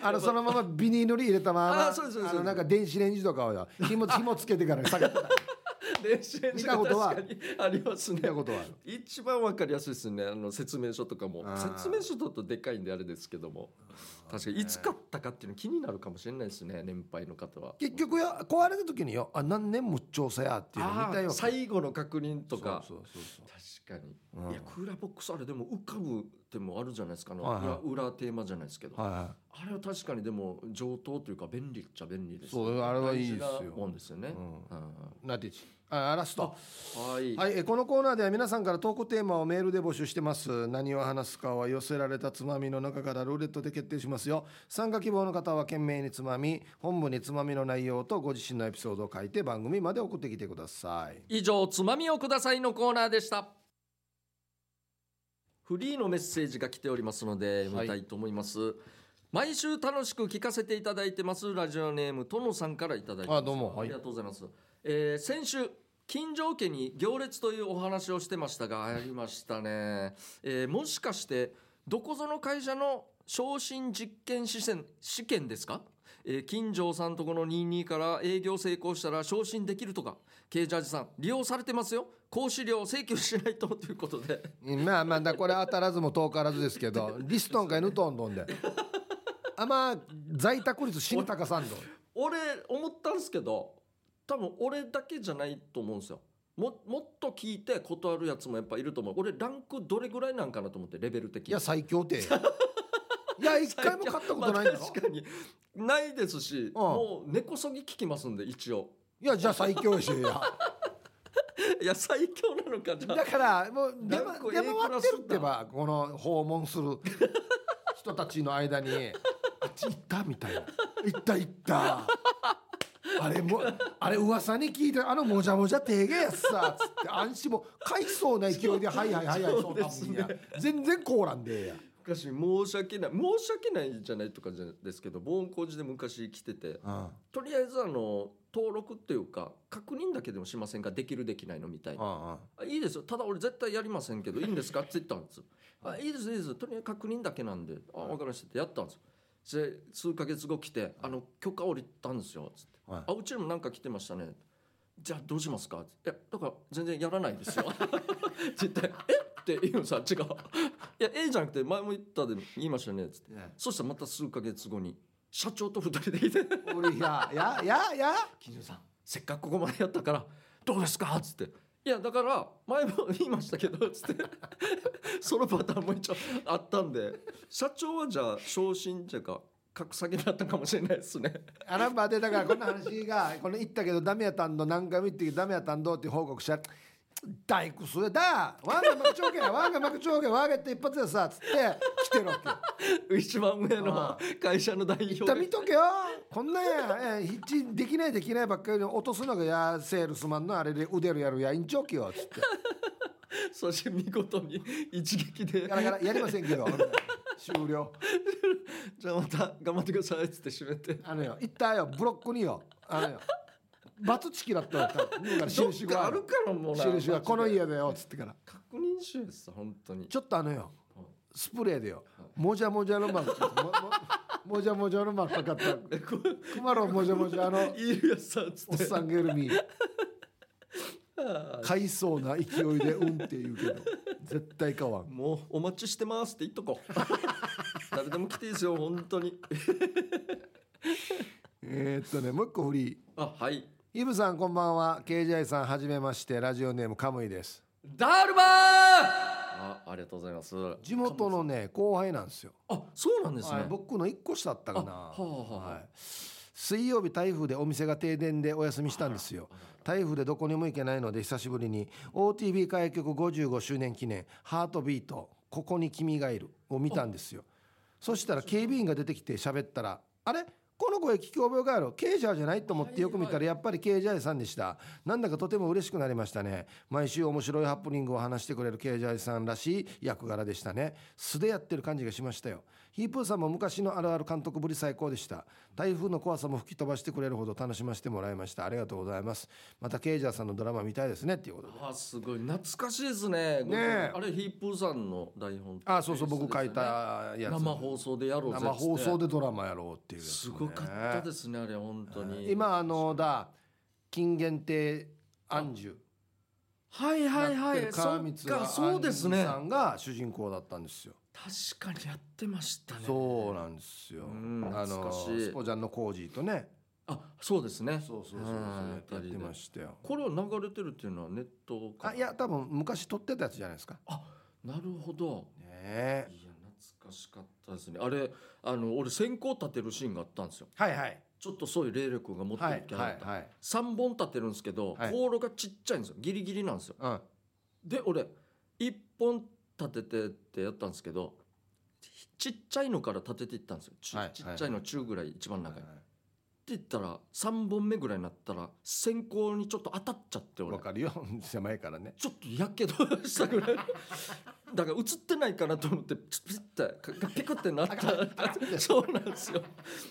S2: あのそのままビニールに入れたまま、
S1: あそうですそうです
S2: のなんか電子レンジとかをよ 紐紐つけてから下げてた。
S1: 電子レンジが
S2: 見たことはあ
S1: 確かにありますね
S2: 見たことはある。
S1: 一番わかりやすいですねあの説明書とかも
S2: あー
S1: 説明書だとでかいんであれですけども確かにいつ買ったかっていうの気になるかもしれないですね年配の方は
S2: 結局よ壊れた時によあ何年も調査やっていうの見た
S1: あー
S2: よ。
S1: 最後の確認とか
S2: そうそうそう
S1: 確かに
S2: そう。うん
S1: いやクーラーボックスあれでも浮かぶでもあるじゃないですかあの
S2: はいはい
S1: 裏裏テーマじゃないですけど、
S2: はいは
S1: あれは確かにでも上等というか便利っちゃ便利です、
S2: そうあれはいいですよ
S1: 大事なもんですよね、
S2: う
S1: うん
S2: い。なてち。ああラスト。
S1: はい、
S2: はい、えこのコーナーでは皆さんからトークテーマをメールで募集してます何を話すかは寄せられたつまみの中からルーレットで決定しますよ参加希望の方は懸命につまみ本部につまみの内容とご自身のエピソードを書いて番組まで送ってきてください
S1: 以上「つまみをください」のコーナーでしたフリーのメッセージが来ておりますので
S2: はい
S1: 見たいと思います、毎週楽しく聞かせていただいてますラジオネームとのさんからいただいてます
S2: あどうもはい
S1: ありがとうございます、えー先週近所家に行列というお話をしてましたがありましたね、えーもしかしてどこぞの会社の昇進実験試験試験ですか、えー金城さんとこの22から営業成功したら昇進できるとかケイジャージさん利用されてますよ講師料請求しないとということで
S2: まあまあだこれ当たらずも遠からずですけどリストンかヌトンどんであまあ在宅率死に高さんどん
S1: 俺思ったんですけど多分俺だけじゃないと思うんですよももっと聞いて断るやつもやっぱいると思う俺ランクどれぐらいなんかなと思ってレベル的に
S2: いや最強ていや一回も買ったことないんだろ、
S1: まあ確かにないですし、
S2: あ
S1: もう根こそぎ聞きますんで一応
S2: いやじゃあ最強やしいや
S1: いや最強なのかじゃ
S2: だ
S1: あ
S2: からもう出
S1: ランク
S2: ま
S1: A
S2: 出回ってるってばこの訪問する人たちの 間に「あっち行った?」みたいな「行った行った」あれもあれ噂に聞いてあのもじゃもじゃ手芸やっさつって安心も買いそうな勢いで「はいはいはいはい
S1: そう
S2: そう
S1: で
S2: だ
S1: す
S2: も
S1: ね
S2: んや全然こうなんでええや
S1: かし申し訳ない申し訳ないじゃないとかじゃですけど盆工事で昔来てて
S2: うん
S1: とりあえずあの登録っていうか確認だけでもしませんかできるできないのみたいな
S2: うんうん
S1: あいいですよただ俺絶対やりませんけどいいんですかって言ったんですよあいいですいいですとにかく確認だけなんであ分かりましたってやったんですよで数ヶ月後来て「あの許可降りたんですよ」つって
S2: はい
S1: あうちにもなんか来てましたね」じゃあどうしますか?」いやだから全然やらないですよ」 絶対「えっ?」て言うさ違う「いやええじゃなくて前も言ったで言いましたね」つって
S2: ね
S1: そしたらまた数ヶ月後に社長と二人でいて
S2: 俺やややや
S1: 金城さんせっかくここまでやったからどうですか?」っつって「いやだから前も言いましたけど」っつって そのパターンも一応あったんで社長はじゃあ昇進っていうか格下げだったかもしれないですね
S2: アランバーでだからこんな話がこの言ったけどダメやったんど何回も言ってけどダメやったんどっていう報告したら大工それだわんが幕長家やわんが幕長家わんがって一発でさつって来てるわけよ
S1: 一番上の
S2: あ
S1: 会社の代
S2: 言った
S1: 表
S2: 見とけよこんなんやええひっちできないできないばっかりに落とすのがやセールスマンのあれで腕るやるやんちょきよつって
S1: そして見事に一撃で
S2: ガラガラやりませんけど終了
S1: 「じゃあまた頑張ってください」っつって締めて
S2: あのよ行ったよブロックによあのよバツチキだったよ多分だ
S1: ど
S2: から
S1: っ
S2: 印
S1: か
S2: が
S1: あ
S2: あ
S1: る
S2: る
S1: からもうな
S2: 印がこの
S1: マジで
S2: 家だよつってから
S1: 確認しようです本当に
S2: ちょっとあのよ
S1: はい
S2: スプレーでよもじゃもじゃのマークも ももじゃもじゃのマークかかった
S1: えこ
S2: クマロンもじゃもじゃあの
S1: ういるやつさっつ
S2: おっ
S1: って
S2: さんゲルミ買いそうな勢いでうんって言うけど絶対買わん
S1: もうお待ちしてますって言っとこ う誰でも来ていいですよ本当に
S2: えーっとねもう一個フリー
S1: あはい
S2: イブさんこんばんは KJ さんはじめましてラジオネームカムイです
S1: ダルバーあありがとうございます
S2: 地元のね後輩なんですよ
S1: あそうなんです
S2: は
S1: ね
S2: い、僕の一個下だったかな、
S1: あはあはあ
S2: はい水曜日台風でお店が停電でお休みしたんですよ台風でどこにも行けないので久しぶりに OTB 開局55周年記念「ハートビートここに君がいる」を見たんですよそしたら警備員が出てきて喋ったら「あれこの声聞き覚えがあるケージャーじゃない?」と思ってよく見たらやっぱりケージャーさんでしたなんだかとても嬉しくなりましたね毎週面白いハプニングを話してくれるケージャーさんらしい役柄でしたね素でやってる感じがしましたよヒープーさんも昔のあるある監督ぶり最高でした台風の怖さも吹き飛ばしてくれるほど楽しませてもらいましたありがとうございますまたケージャーさんのドラマ見たいですねっていうことで
S1: あすごい懐かしいですね
S2: ねえ
S1: あれヒップーさんの台本
S2: あそうそう
S1: ですね
S2: 僕書いたやつ
S1: 生放送でやろうぜっつって
S2: 生放送でドラマやろうっていうやつね
S1: すごかったですねあれ本当に
S2: 今あのだ金限定安住
S1: はいはいは
S2: やって
S1: い
S2: る
S1: そ
S2: 川
S1: っ
S2: 光
S1: かそうですね
S2: さんが主人公だったんですよ
S1: 確かにやってましたね
S2: そうなんですよ
S1: うん
S2: あ
S1: 懐
S2: の
S1: かしい
S2: スポジャンのコージーとね
S1: あそうですね
S2: そうそうそう
S1: うん
S2: そうやってましたよ
S1: これは流れてるっていうのはネットか
S2: あいや多分昔撮ってたやつじゃないですか
S1: あなるほど
S2: ねえ
S1: いや懐かしかったですねあれあの俺線香立てるシーンがあったんですよ
S2: はいはい
S1: ちょっとそういう霊力が持って
S2: は
S1: る
S2: い
S1: キャラだ
S2: は
S1: っ
S2: い
S1: た、
S2: はい
S1: 3本立てるんですけど、
S2: はい
S1: 香炉がちっちゃいんですよギリギリなんですよ
S2: うん
S1: で俺1本立ててってやったんですけどちっちゃいのから立てていったんですよち,、
S2: はい
S1: ちっちゃいの中ぐらい一番長い、って言ったら3本目ぐらいになったら線香にちょっと当たっちゃって俺
S2: わかるよ狭いからね
S1: ちょっとやけど したぐらいだから映ってないかなと思ってピッてピクってなったそうなんですよ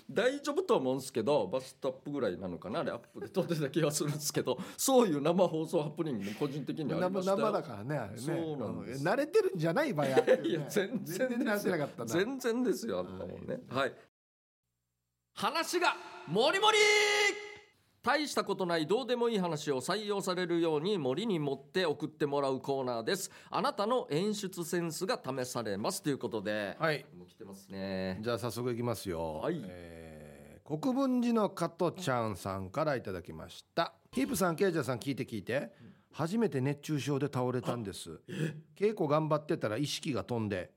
S1: 大丈夫とは思うんですけどバストアップぐらいなのかなあれアップで撮ってた気がするんですけどそういう生放送ハプニングも個人的にはあ
S2: 生
S1: りましたよ
S2: 生だからねあれね
S1: そうなんです
S2: うん慣れてるんじゃない場合あるよね
S1: いや全然
S2: 全然慣れてなかったな
S1: 全然ですよあんなもんねはい、話がもりもり大したことないどうでもいい話を採用されるように森に持って送ってもらうコーナーですあなたの演出センスが試されますということで、
S2: はい
S1: もう来てますね
S2: じゃあ早速いきますよ。
S1: はい
S2: えー国分寺の加トちゃんさんからいただきました。ヒープさん、ケイジャーさん聞いて聞いて。初めて熱中症で倒れたんです。稽古頑張ってたら意識が飛んで。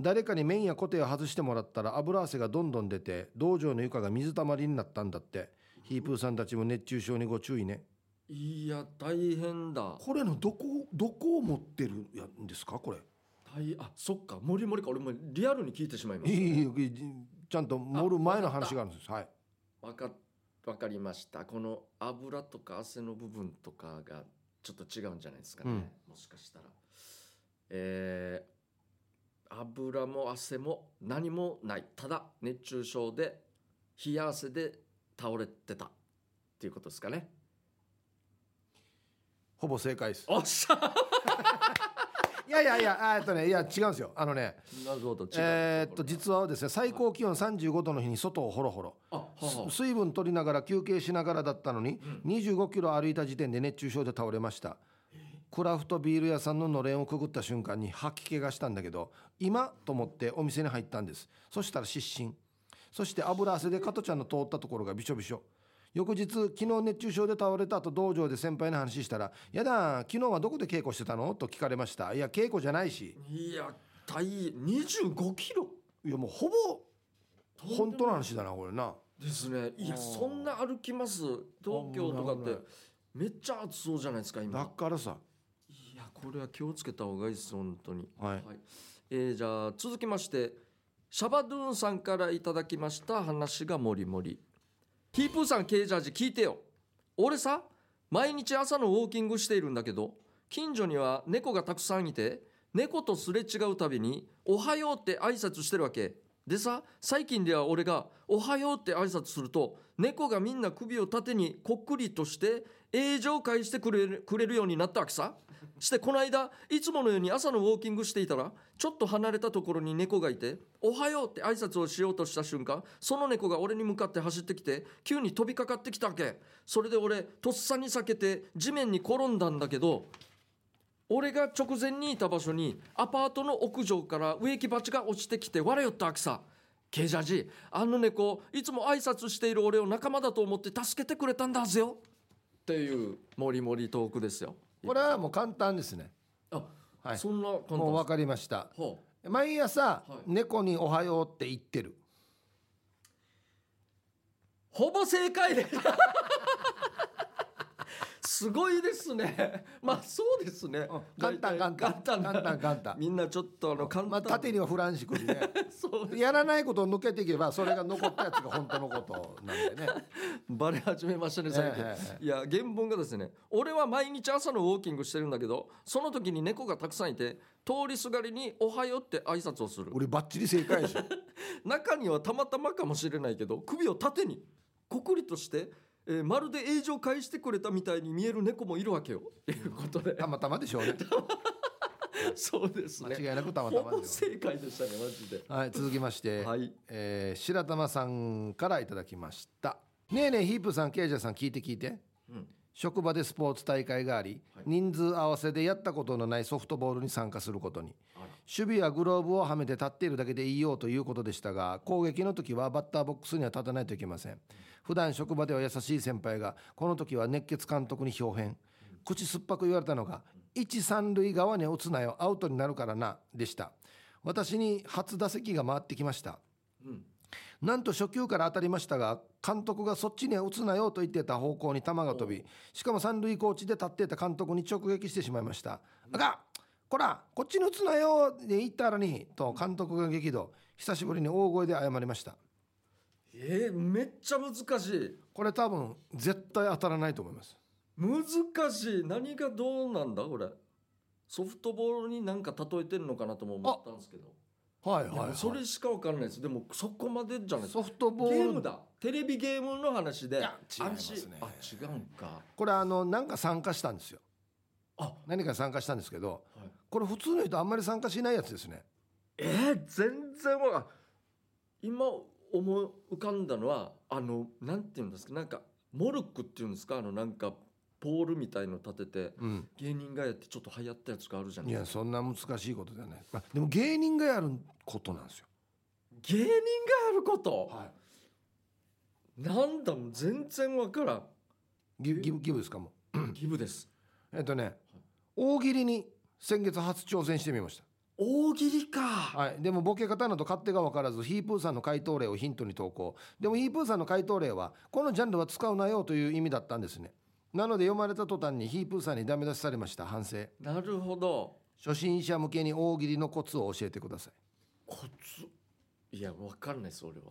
S2: 誰かに面やコテを外してもらったら油汗がどんどん出て道場の床が水たまりになったんだってヒープーさんたちも熱中症にご注意ね
S1: いや大変だ
S2: これのどこどこを持ってるやんですかこれ
S1: 大あそっかもりもりか俺もリアルに聞いてしまいま
S2: い
S1: し
S2: い
S1: た
S2: いいいちゃんと盛る前の話があるんですはい
S1: わかわかりましたこの油とか汗の部分とかがちょっと違うんじゃないですかね、もしかしたらえー油も汗も何もないただ熱中症で冷や汗で倒れてたっていうことですかね
S2: ほぼ正解です
S1: おっしゃ
S2: いやいやいやあえっとねいや違うんですよあのね
S1: なるほど違う
S2: えーっと
S1: こ
S2: 実はですね最高気温35度の日に外をホロホロ
S1: れあはあ
S2: す水分取りながら休憩しながらだったのに25キロ歩いた時点で熱中症で倒れましたクラフトビール屋さんののれんをくぐった瞬間に吐き気がしたんだけど今と思ってお店に入ったんですそしたら失神そして油汗で加トちゃんの通ったところがびしょびしょ翌日昨日熱中症で倒れた後道場で先輩の話したら「やだ昨日はどこで稽古してたの?」と聞かれましたいや稽古じゃないし
S1: いや大25キロ
S2: いやもうほぼ本当の話だなこれな
S1: ですねいや
S2: あー
S1: そんな歩きます東京とかっ
S2: 危ない危な
S1: て
S2: い
S1: めっちゃ暑そうじゃないですか
S2: だ
S1: 今
S2: からさ
S1: いやこれは気をつけた方がいいです本当に
S2: はい
S1: えーじゃあ続きましてシャバドゥーンさんからいただきました話がもりもりヒープーさんケージャージ聞いてよ俺さ毎日朝のウォーキングしているんだけど近所には猫がたくさんいて猫とすれ違うたびに「おはよう」って挨拶してるわけでさ最近では俺が「おはよう」って挨拶すると猫がみんな首を縦にこっくりとして栄上返してくれるくれるようになったわけさしてこの間いつものように朝のウォーキングしていたらちょっと離れたところに猫がいて「おはよう」って挨拶をしようとした瞬間その猫が俺に向かって走ってきて急に飛びかかってきたわけそれで俺とっさに避けて地面に転んだんだけど俺が直前にいた場所にアパートの屋上から植木鉢が落ちてきて笑いよったわけさケージャージあの猫いつも挨拶している俺を仲間だと思って助けてくれたんだぜよっていうモリモリトークですよ
S2: これはもう簡単ですね
S1: あ、
S2: はい
S1: そんな簡単
S2: もう分かりました
S1: ほう
S2: 毎朝、
S1: はい
S2: 猫に「おはよう」って言ってる
S1: ほぼ正解ですす ごいですねまあそうですね
S2: 簡単簡単
S1: 大体簡単
S2: 簡単簡単
S1: みんなちょっとあの簡単、
S2: まあ、縦にはフランシック にね
S1: そう
S2: やらないことを抜けていけばそれが残ったやつが本当のことなんでね
S1: バレ始めましたね最近、
S2: ええ
S1: いや原文がですね俺は毎日朝のウォーキングしてるんだけどその時に猫がたくさんいて通りすがりに「おはよう」って挨拶をする
S2: 俺バッチリ正解でしょ
S1: 中にはたまたまかもしれないけど首を縦にこくりとして、えーまるで栄を返してくれたみたいに見える猫もいるわけよということで
S2: たまたまでしょ うね
S1: そうですね
S2: 間違いなくたまた
S1: ほ
S2: ま
S1: ぼ
S2: ですよ
S1: 正解でしたねマジで
S2: はい続きまして、
S1: はい
S2: えー白玉さんからいただきましたねえねえヒープさんケイジャーさん聞いて聞いて
S1: うん
S2: 職場でスポーツ大会があり、
S1: はい
S2: 人数合わせでやったことのないソフトボールに参加することに守備はグローブをはめて立っているだけでいいよということでしたが攻撃の時はバッターボックスには立たないといけません普段職場では優しい先輩がこの時は熱血監督に表変口酸っぱく言われたのが「一三塁側に打つなよアウトになるからな」でした私に初打席が回ってきました
S1: うん
S2: なんと初球から当たりましたが監督がそっちには打つなよと言ってた方向に球が飛びしかも三塁コーチで立っていた監督に直撃してしまいました「あかんこらこっちに打つなよ」で言ったらにと監督が激怒久しぶりに大声で謝りました
S1: えー、めっちゃ難しい
S2: これ多分絶対当たらないと思います
S1: 難しい何がどうなんだこれソフトボールになんか例えてるのかなとも思ったんですけど
S2: はい
S1: いやそれしかわかんないですでもそこまでじゃないです
S2: ソフト
S1: ゲ
S2: ボ
S1: ー
S2: ー
S1: ム
S2: ル
S1: だテレビゲームの話で
S2: いや違いますね
S1: 安心あ違うんか
S2: これあのなんか参加したんですよ
S1: あ
S2: 何か参加したんですけど
S1: はい
S2: これ普通の人あんまり参加しないやつですね
S1: えー、全然わかん今思い浮かんだのはあのなんていうんですかなんかモルックっていうんですかあのなんかポールみたいの立てて
S2: うん
S1: 芸人がやってちょっと流行ったやつがあるじゃない
S2: い
S1: で
S2: や
S1: すか
S2: そんな難しいことじゃない、まあ、でも芸人がやることなんですよ、
S1: 芸人がやること、なんだもう全然わからん
S2: ギブギブギブですかも
S1: ギブです
S2: うえっとね大喜利に先月初挑戦してみまし
S1: 大喜利か、
S2: た、はい、でもボケ方など勝手が分からずヒープーさんの回答例をヒントに投稿でもヒープーさんの回答例はこのジャンルは使うなよという意味だったんですねなので読まれた途端にヒープーさんにダメ出しされました反省
S1: なるほど
S2: 初心者向けに大喜利のコツを教えてください
S1: コツいやわかんないです俺は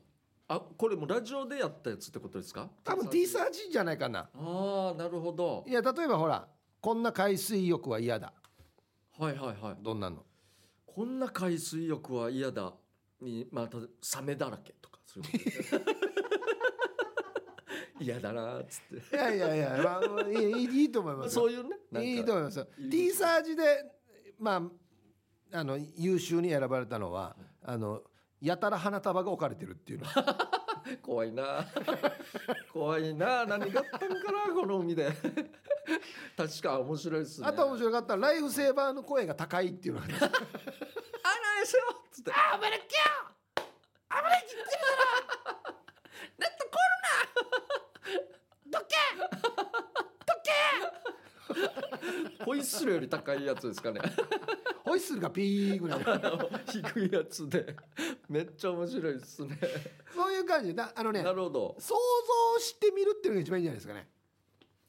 S1: あこれもラジオでやったやつってことですか
S2: 多分 T サージじゃないかな
S1: ああなるほど
S2: いや例えばほらこんな海水浴は嫌だ
S1: はいはいはい
S2: どんなの
S1: こんな海水浴は嫌だにまあたサメだらけとかそういうことですね嫌だなーっつっ
S2: いやいやいや、まあ、いいいいいいと思いま
S1: て
S2: す
S1: そ
S2: よ
S1: ういうねなんか
S2: いいと思いますよ
S1: いい
S2: T サージでまああの優秀に選ばれたのはあのやたら花束が置かれてるっていうの
S1: 怖いな 怖いな何があったんかなこの海で確か面白いですね
S2: あと面
S1: 白い
S2: 白かったのはライフセーバーの声が高いっていうのが
S1: あらですよっつってあぶれっきゃあぶれっきゃネットコ ールなどけどけホイッスルより高いやつですかね
S2: ホイッスルがピーぐらい
S1: あの低いやつ でめっちゃ面白いですね
S2: そういう感じでなあのね
S1: なるほど
S2: 想像してみるっていうのが一番いいんじゃないですかね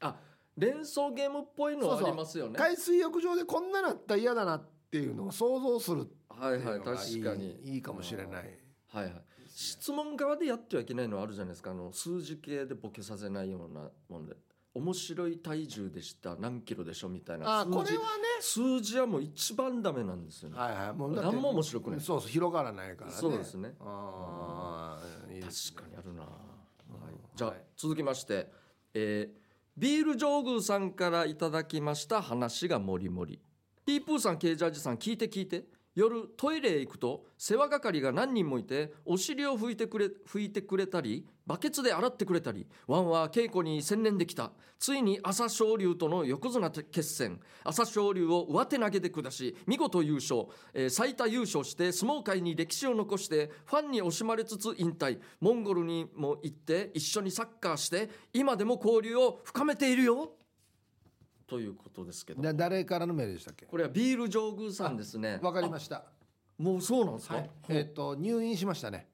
S1: あ連想ゲームっぽいのはありますよね
S2: 海水浴場でこんななったら嫌だなっていうのを想像するって
S1: はい
S2: いう
S1: はい
S2: のがい
S1: 確
S2: い,、
S1: かに
S2: いいかもしれない
S1: はいはい、質問側でやってはいけないのはあるじゃないですかあの数字系でボケさせないようなもんで面白い体重でした何キロでしょみたいな
S2: あ
S1: 数
S2: こ
S1: 字
S2: れはね
S1: 数字はもう一番ダメなんですよね、
S2: はいはいもうだって
S1: 何も面白くない
S2: そうそう広がらないからね
S1: そうですね
S2: ああいいです
S1: 確
S2: ね
S1: かにあるな、はい
S2: うん、
S1: じゃあ、
S2: はい
S1: 続きまして、えービール上宮さんからいただきました話がもりもりピープーさんケージャージさん聞いて聞いて夜トイレへ行くと世話係が何人もいてお尻を拭いてくれ拭いてくれたりバケツで洗ってくれたりワンは稽古に専念できたついに朝青龍との横綱決戦朝青龍を上手投げで下し見事優勝、えー最多優勝して相撲界に歴史を残してファンに惜しまれつつ引退モンゴルにも行って一緒にサッカーして今でも交流を深めているよということですけど
S2: だ誰からのメールでしたっけ
S1: これはビール上宮さんですね
S2: わかりました
S1: もうそうなんですか、
S2: はいえっと入院しましたね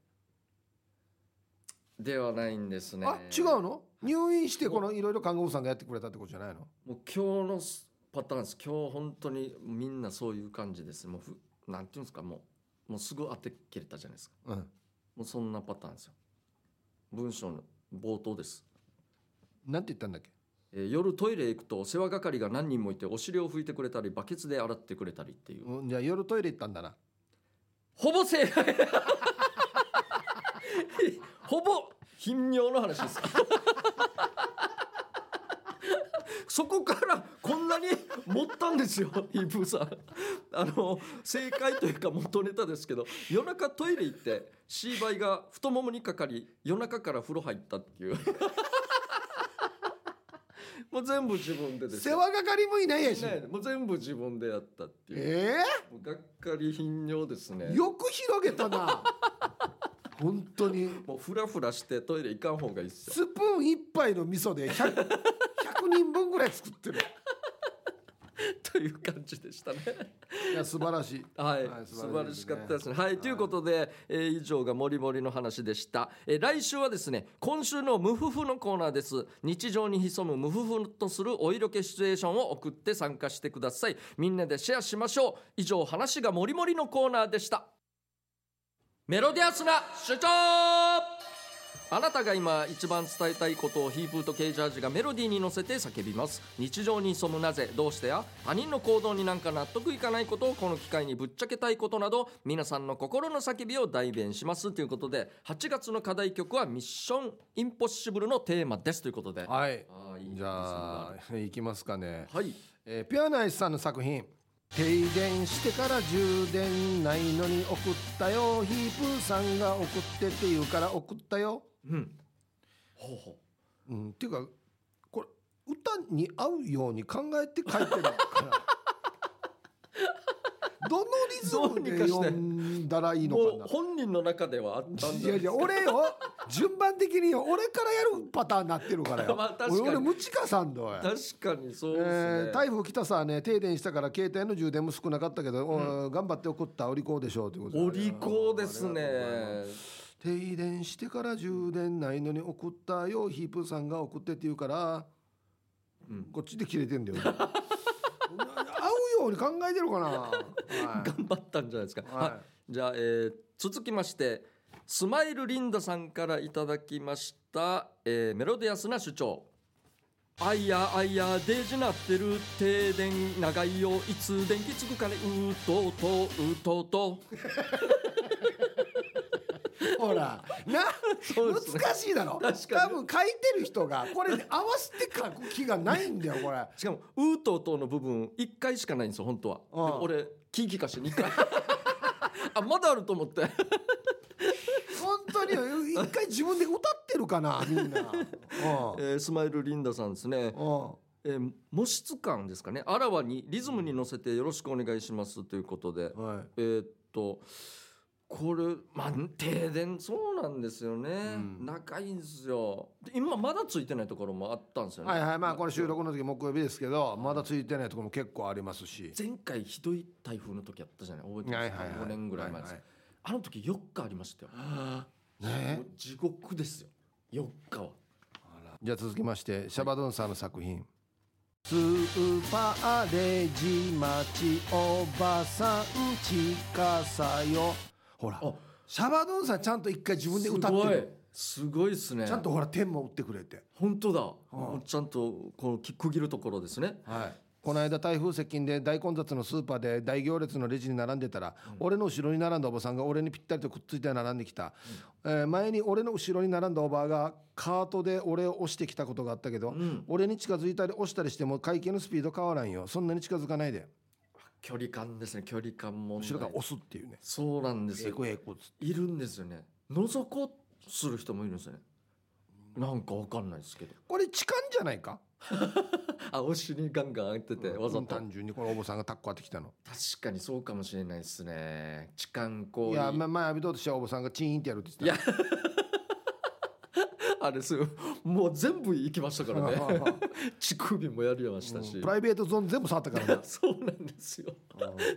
S1: ではないんですね
S2: あ違うの入院してこのいろいろ看護婦さんがやってくれたってことじゃないの
S1: もう今日のスパターンです今日本当にみんなそういう感じですもうふなんていうんですかもうもうすぐ当て切れたじゃないですか
S2: うん
S1: もうそんなパターンですよ文章の冒頭です、
S2: なんて言ったんだっけ
S1: えー夜トイレ行くと世話係が何人もいてお尻を拭いてくれたりバケツで洗ってくれたりっていう、
S2: うんじゃあ夜トイレ行ったんだな
S1: ほぼ正解ほぼ頻尿の話ですそこからこんなに持ったんですよイープーさんあの正解というか元ネタですけど夜中トイレ行ってシーバイが太ももにかかり夜中から風呂入ったっていうもう全部自分でです
S2: 世
S1: よ
S2: 話係もいないやし
S1: ねもう全部自分でやったっていう
S2: ええ
S1: もうがっかり頻尿ですね
S2: よく広げたな本当に
S1: もうフラフラしてトイレ行かん方がいいっすよ。
S2: スプーン一杯の味噌で 100, 100人分ぐらい作ってる
S1: という感じでしたね。
S2: いや素晴らしい
S1: はい、
S2: はい
S1: 素晴らしかったですね。
S2: 素晴らしいですね
S1: はい、ということで、えー以上がもりもりの話でした。えー来週はですね、今週の無夫婦のコーナーです。日常に潜む無夫婦とするお色気シチュエーションを送って参加してください。みんなでシェアしましょう。以上、話がもりもりのコーナーでした。メロディアスな主張あなたが今一番伝えたいことをヒープーとケイジャージがメロディーに乗せて叫びます日常に潜むなぜどうしてや他人の行動になんか納得いかないことをこの機会にぶっちゃけたいことなど皆さんの心の叫びを代弁しますということで8月の課題曲は「ミッションインポッシブル」のテーマですということであ
S2: はい
S1: ーいい
S2: じゃあいきますかね、
S1: はい
S2: えーピュアナイスさんの作品停電してから充電ないのに送ったよヒープーさんが送ってって言うから送ったよ
S1: うんほうほう
S2: うんっていうかこれ歌に合うように考えて書い てるからどのリズムで読んだらいいのか
S1: も
S2: な
S1: う本人の中ではあったん
S2: い
S1: だ
S2: やいや俺よ順番的によ俺からやるパターンになってるから よ、
S1: まあ確かに
S2: 俺俺ムチカさんだおい
S1: 確かにそうですね、
S2: えー台風来たさね停電したから携帯の充電も少なかったけど、お頑張って送ったお利口でしょうということで
S1: お利口ですね
S2: ありがとうございます停電してから充電ないのに送ったよヒープーさんが送ってって言うから、
S1: うん
S2: こっちで切れて んだよ合うように考えてるかな、はい
S1: 頑張ったんじゃないですか。
S2: は
S1: はいい、じゃあ、えー続きましてスマイルリンダさんからいただきました、えーメロディアスな主張。あいやあいやデジなってる停電長いよいつ電気つくかねうとうとうとうと
S2: ほらな
S1: そうですね
S2: 難しいだろ
S1: 確か
S2: 多
S1: に
S2: 分書いてる人がこれに合わせて書く気がないんだよこれ
S1: しかもうとうとうの部分一回しかないんですよ本当は
S2: ああ
S1: でも俺キーキかして二回 あまだあると思って
S2: 本当に一回自分で歌ってるかなみんな うん
S1: えースマイルリンダさんですね、
S2: うん
S1: えー、模質感ですかねあらわにリズムに乗せてよろしくお願いしますということで、
S2: は
S1: えーっとこれまあ停電そうなんですよね、
S2: ん
S1: 長いんですよで今まだついてないところもあったんですよ
S2: い、
S1: ね、
S2: はいはいまあこれ収録の時木曜日ですけどまだついてないところも結構ありますし
S1: 前回ひどい台風の時あったじゃない覚えて
S2: は
S1: ます
S2: い
S1: か、
S2: はいはい
S1: 5年ぐらい前です、
S2: はい
S1: あの時4日ありましたよ、
S2: ね
S1: もう地獄ですよ4日は
S2: じゃあ続きましてシャバドゥンさんの作品「スーパーレジ町おばさんちかさよ」ほら
S1: あ
S2: シャバドゥンさんちゃんと一回自分です歌って
S1: ごい
S2: る
S1: すごいですね
S2: ちゃんとほら点も打ってくれて、
S1: 本当だ、もうちゃんとこうき区切るところですね
S2: はい、この間台風接近で大混雑のスーパーで大行列のレジに並んでたら、俺の後ろに並んだおばさんが俺にぴったりとくっついて並んできた、えー前に俺の後ろに並んだおばあがカートで俺を押してきたことがあったけど、俺に近づいたり押したりしても会計のスピード変わらんよそんなに近づかないで
S1: 距離感ですね距離感問
S2: 後ろから
S1: 題
S2: 押すっていうね
S1: そうなんです
S2: え
S1: よ
S2: こえこっつって
S1: いるんですよね覗こうする人もいるんですよねなんかわかんないですけど
S2: これ痴漢じゃないか
S1: あお尻ガンガン開いててわざと確
S2: 単純にこのおばさんがタッコってきたの
S1: かにそうかもしれないですね痴漢行
S2: い
S1: 為
S2: やま前浴びとうとしてはおばさんがチーンってやるって言って
S1: あれすよもう全部行きましたか
S2: た
S1: ら ね乳首もやりましたし
S2: プライベートゾーン全部触ったからね
S1: そうなんですよ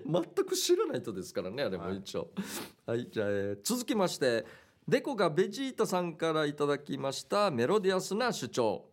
S1: 全く知らない人ですからねあれも一応はい、じゃあ、えー続きましてデコがベジータさんからいただきましたメロディアスな主張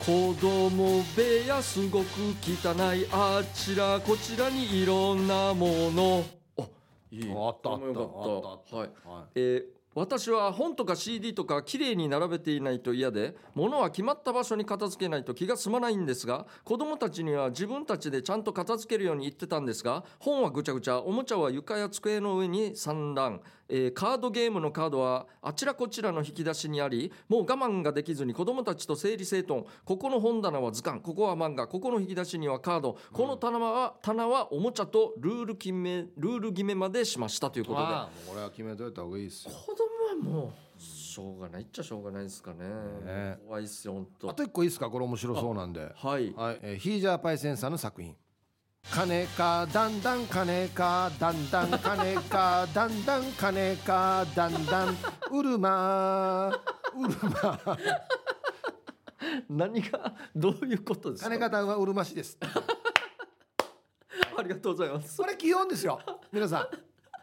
S1: 子供部屋すごく汚いあちらこちらにいろんなものあいい
S2: あったあった
S1: これもよか
S2: あったあった
S1: はい
S2: はい
S1: えー私は本とか CD とかきれいに並べていないと嫌で物は決まった場所に片付けないと気が済まないんですが子供たちには自分たちでちゃんと片付けるように言ってたんですが本はぐちゃぐちゃおもちゃは床や机の上に散乱、えーカードゲームのカードはあちらこちらの引き出しにありもう我慢ができずに子供たちと整理整頓ここの本棚は図鑑ここは漫画ここの引き出しにはカードこの棚は,、棚はおもちゃとルール決めルール決めまでしましたということで。
S2: ああもうこれは決めといた方がいいですよ
S1: 子供はもうしょうがないっちゃしょうがないですかね
S2: ね
S1: 怖いっすよ本
S2: あと一個いいですかこれ面白そうなんでは
S1: 当はい
S2: い、えーヒージャーパイセンさんの作品金かだんだん金かだんだん金かだんだん金かだんだんうるまうるま
S1: 何が どういうことですか
S2: 金方はうるま市です
S1: ありがとうございます
S2: これ基本ですよ皆さん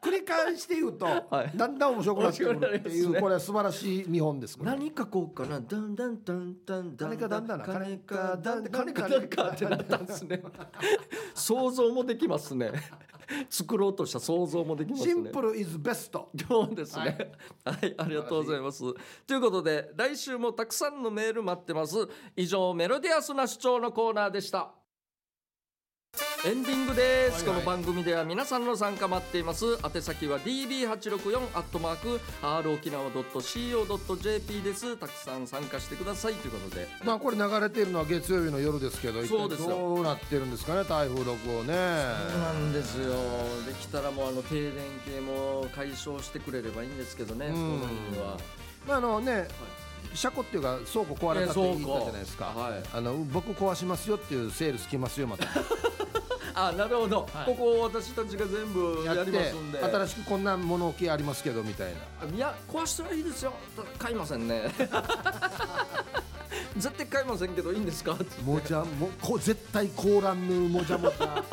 S2: 繰り返して言うと、
S1: はい
S2: だんだん面白くなってくるって
S1: 面
S2: い
S1: 白くなります
S2: う
S1: ね
S2: これは素晴らしい見本ですこれ
S1: 何かこうかなだんだんだんだんだん
S2: 金かだんだんな
S1: 金かだんだん
S2: 金
S1: 金
S2: か
S1: かだ
S2: だん
S1: んだんってな
S2: だん
S1: ったんです ね想像もできますね作ろうとした想像もできますね
S2: シンプルイズベスト
S1: そうですね。はい、ありがとうございます。ということで、来週もたくさんのメール待ってます。以上、メロディアスな主張のコーナーでした。エンディングです、
S2: はいはい
S1: この番組では皆さんの参加待っています宛先は db864 アットマーク r 沖縄 .co.jp ですたくさん参加してくださいということで
S2: まあこれ流れているのは月曜日の夜ですけど一
S1: そ
S2: 体
S1: うですよ
S2: どうなってるんですかね台風6号ね
S1: そうなんですよできたらもうあの停電系も解消してくれればいいんですけどね、
S2: うん
S1: この辺は
S2: まああのね車庫っていうか倉庫壊れたって言
S1: ええ倉
S2: った
S1: 庫
S2: じゃないですか、
S1: はい
S2: あの僕壊しますよっていうセールつきますよまた
S1: あなるほど、
S2: はい
S1: ここを私たちが全部 やりますんで
S2: 新しくこんな物置ありますけどみたいない
S1: や壊したらいいですよ買いませんね 絶対買いませんけどいいんですか
S2: もじゃもこ絶対凍らんぬもじゃもじ ゃ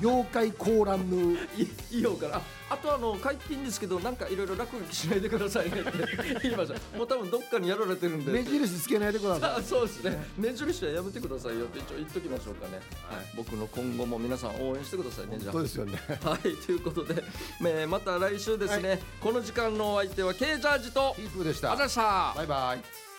S2: 妖怪凍らんぬ
S1: いいいようからああとあの買っていいんですけどなんかいろいろ落書きしないでくださいねって言いましたもう多分どっかにやられてるんで
S2: 目印つけないでくださ
S1: あ そうですね目印はやめてくださいよって一応言っときましょうかね、はい、僕の今後も皆さん応援してくださいね
S2: い
S1: じゃあ
S2: そうですよね
S1: はいということで、えーまた来週ですね、この時間のお相手は K ジャージと
S2: ピープーでし
S1: あ
S2: た
S1: ざした
S2: バイバイ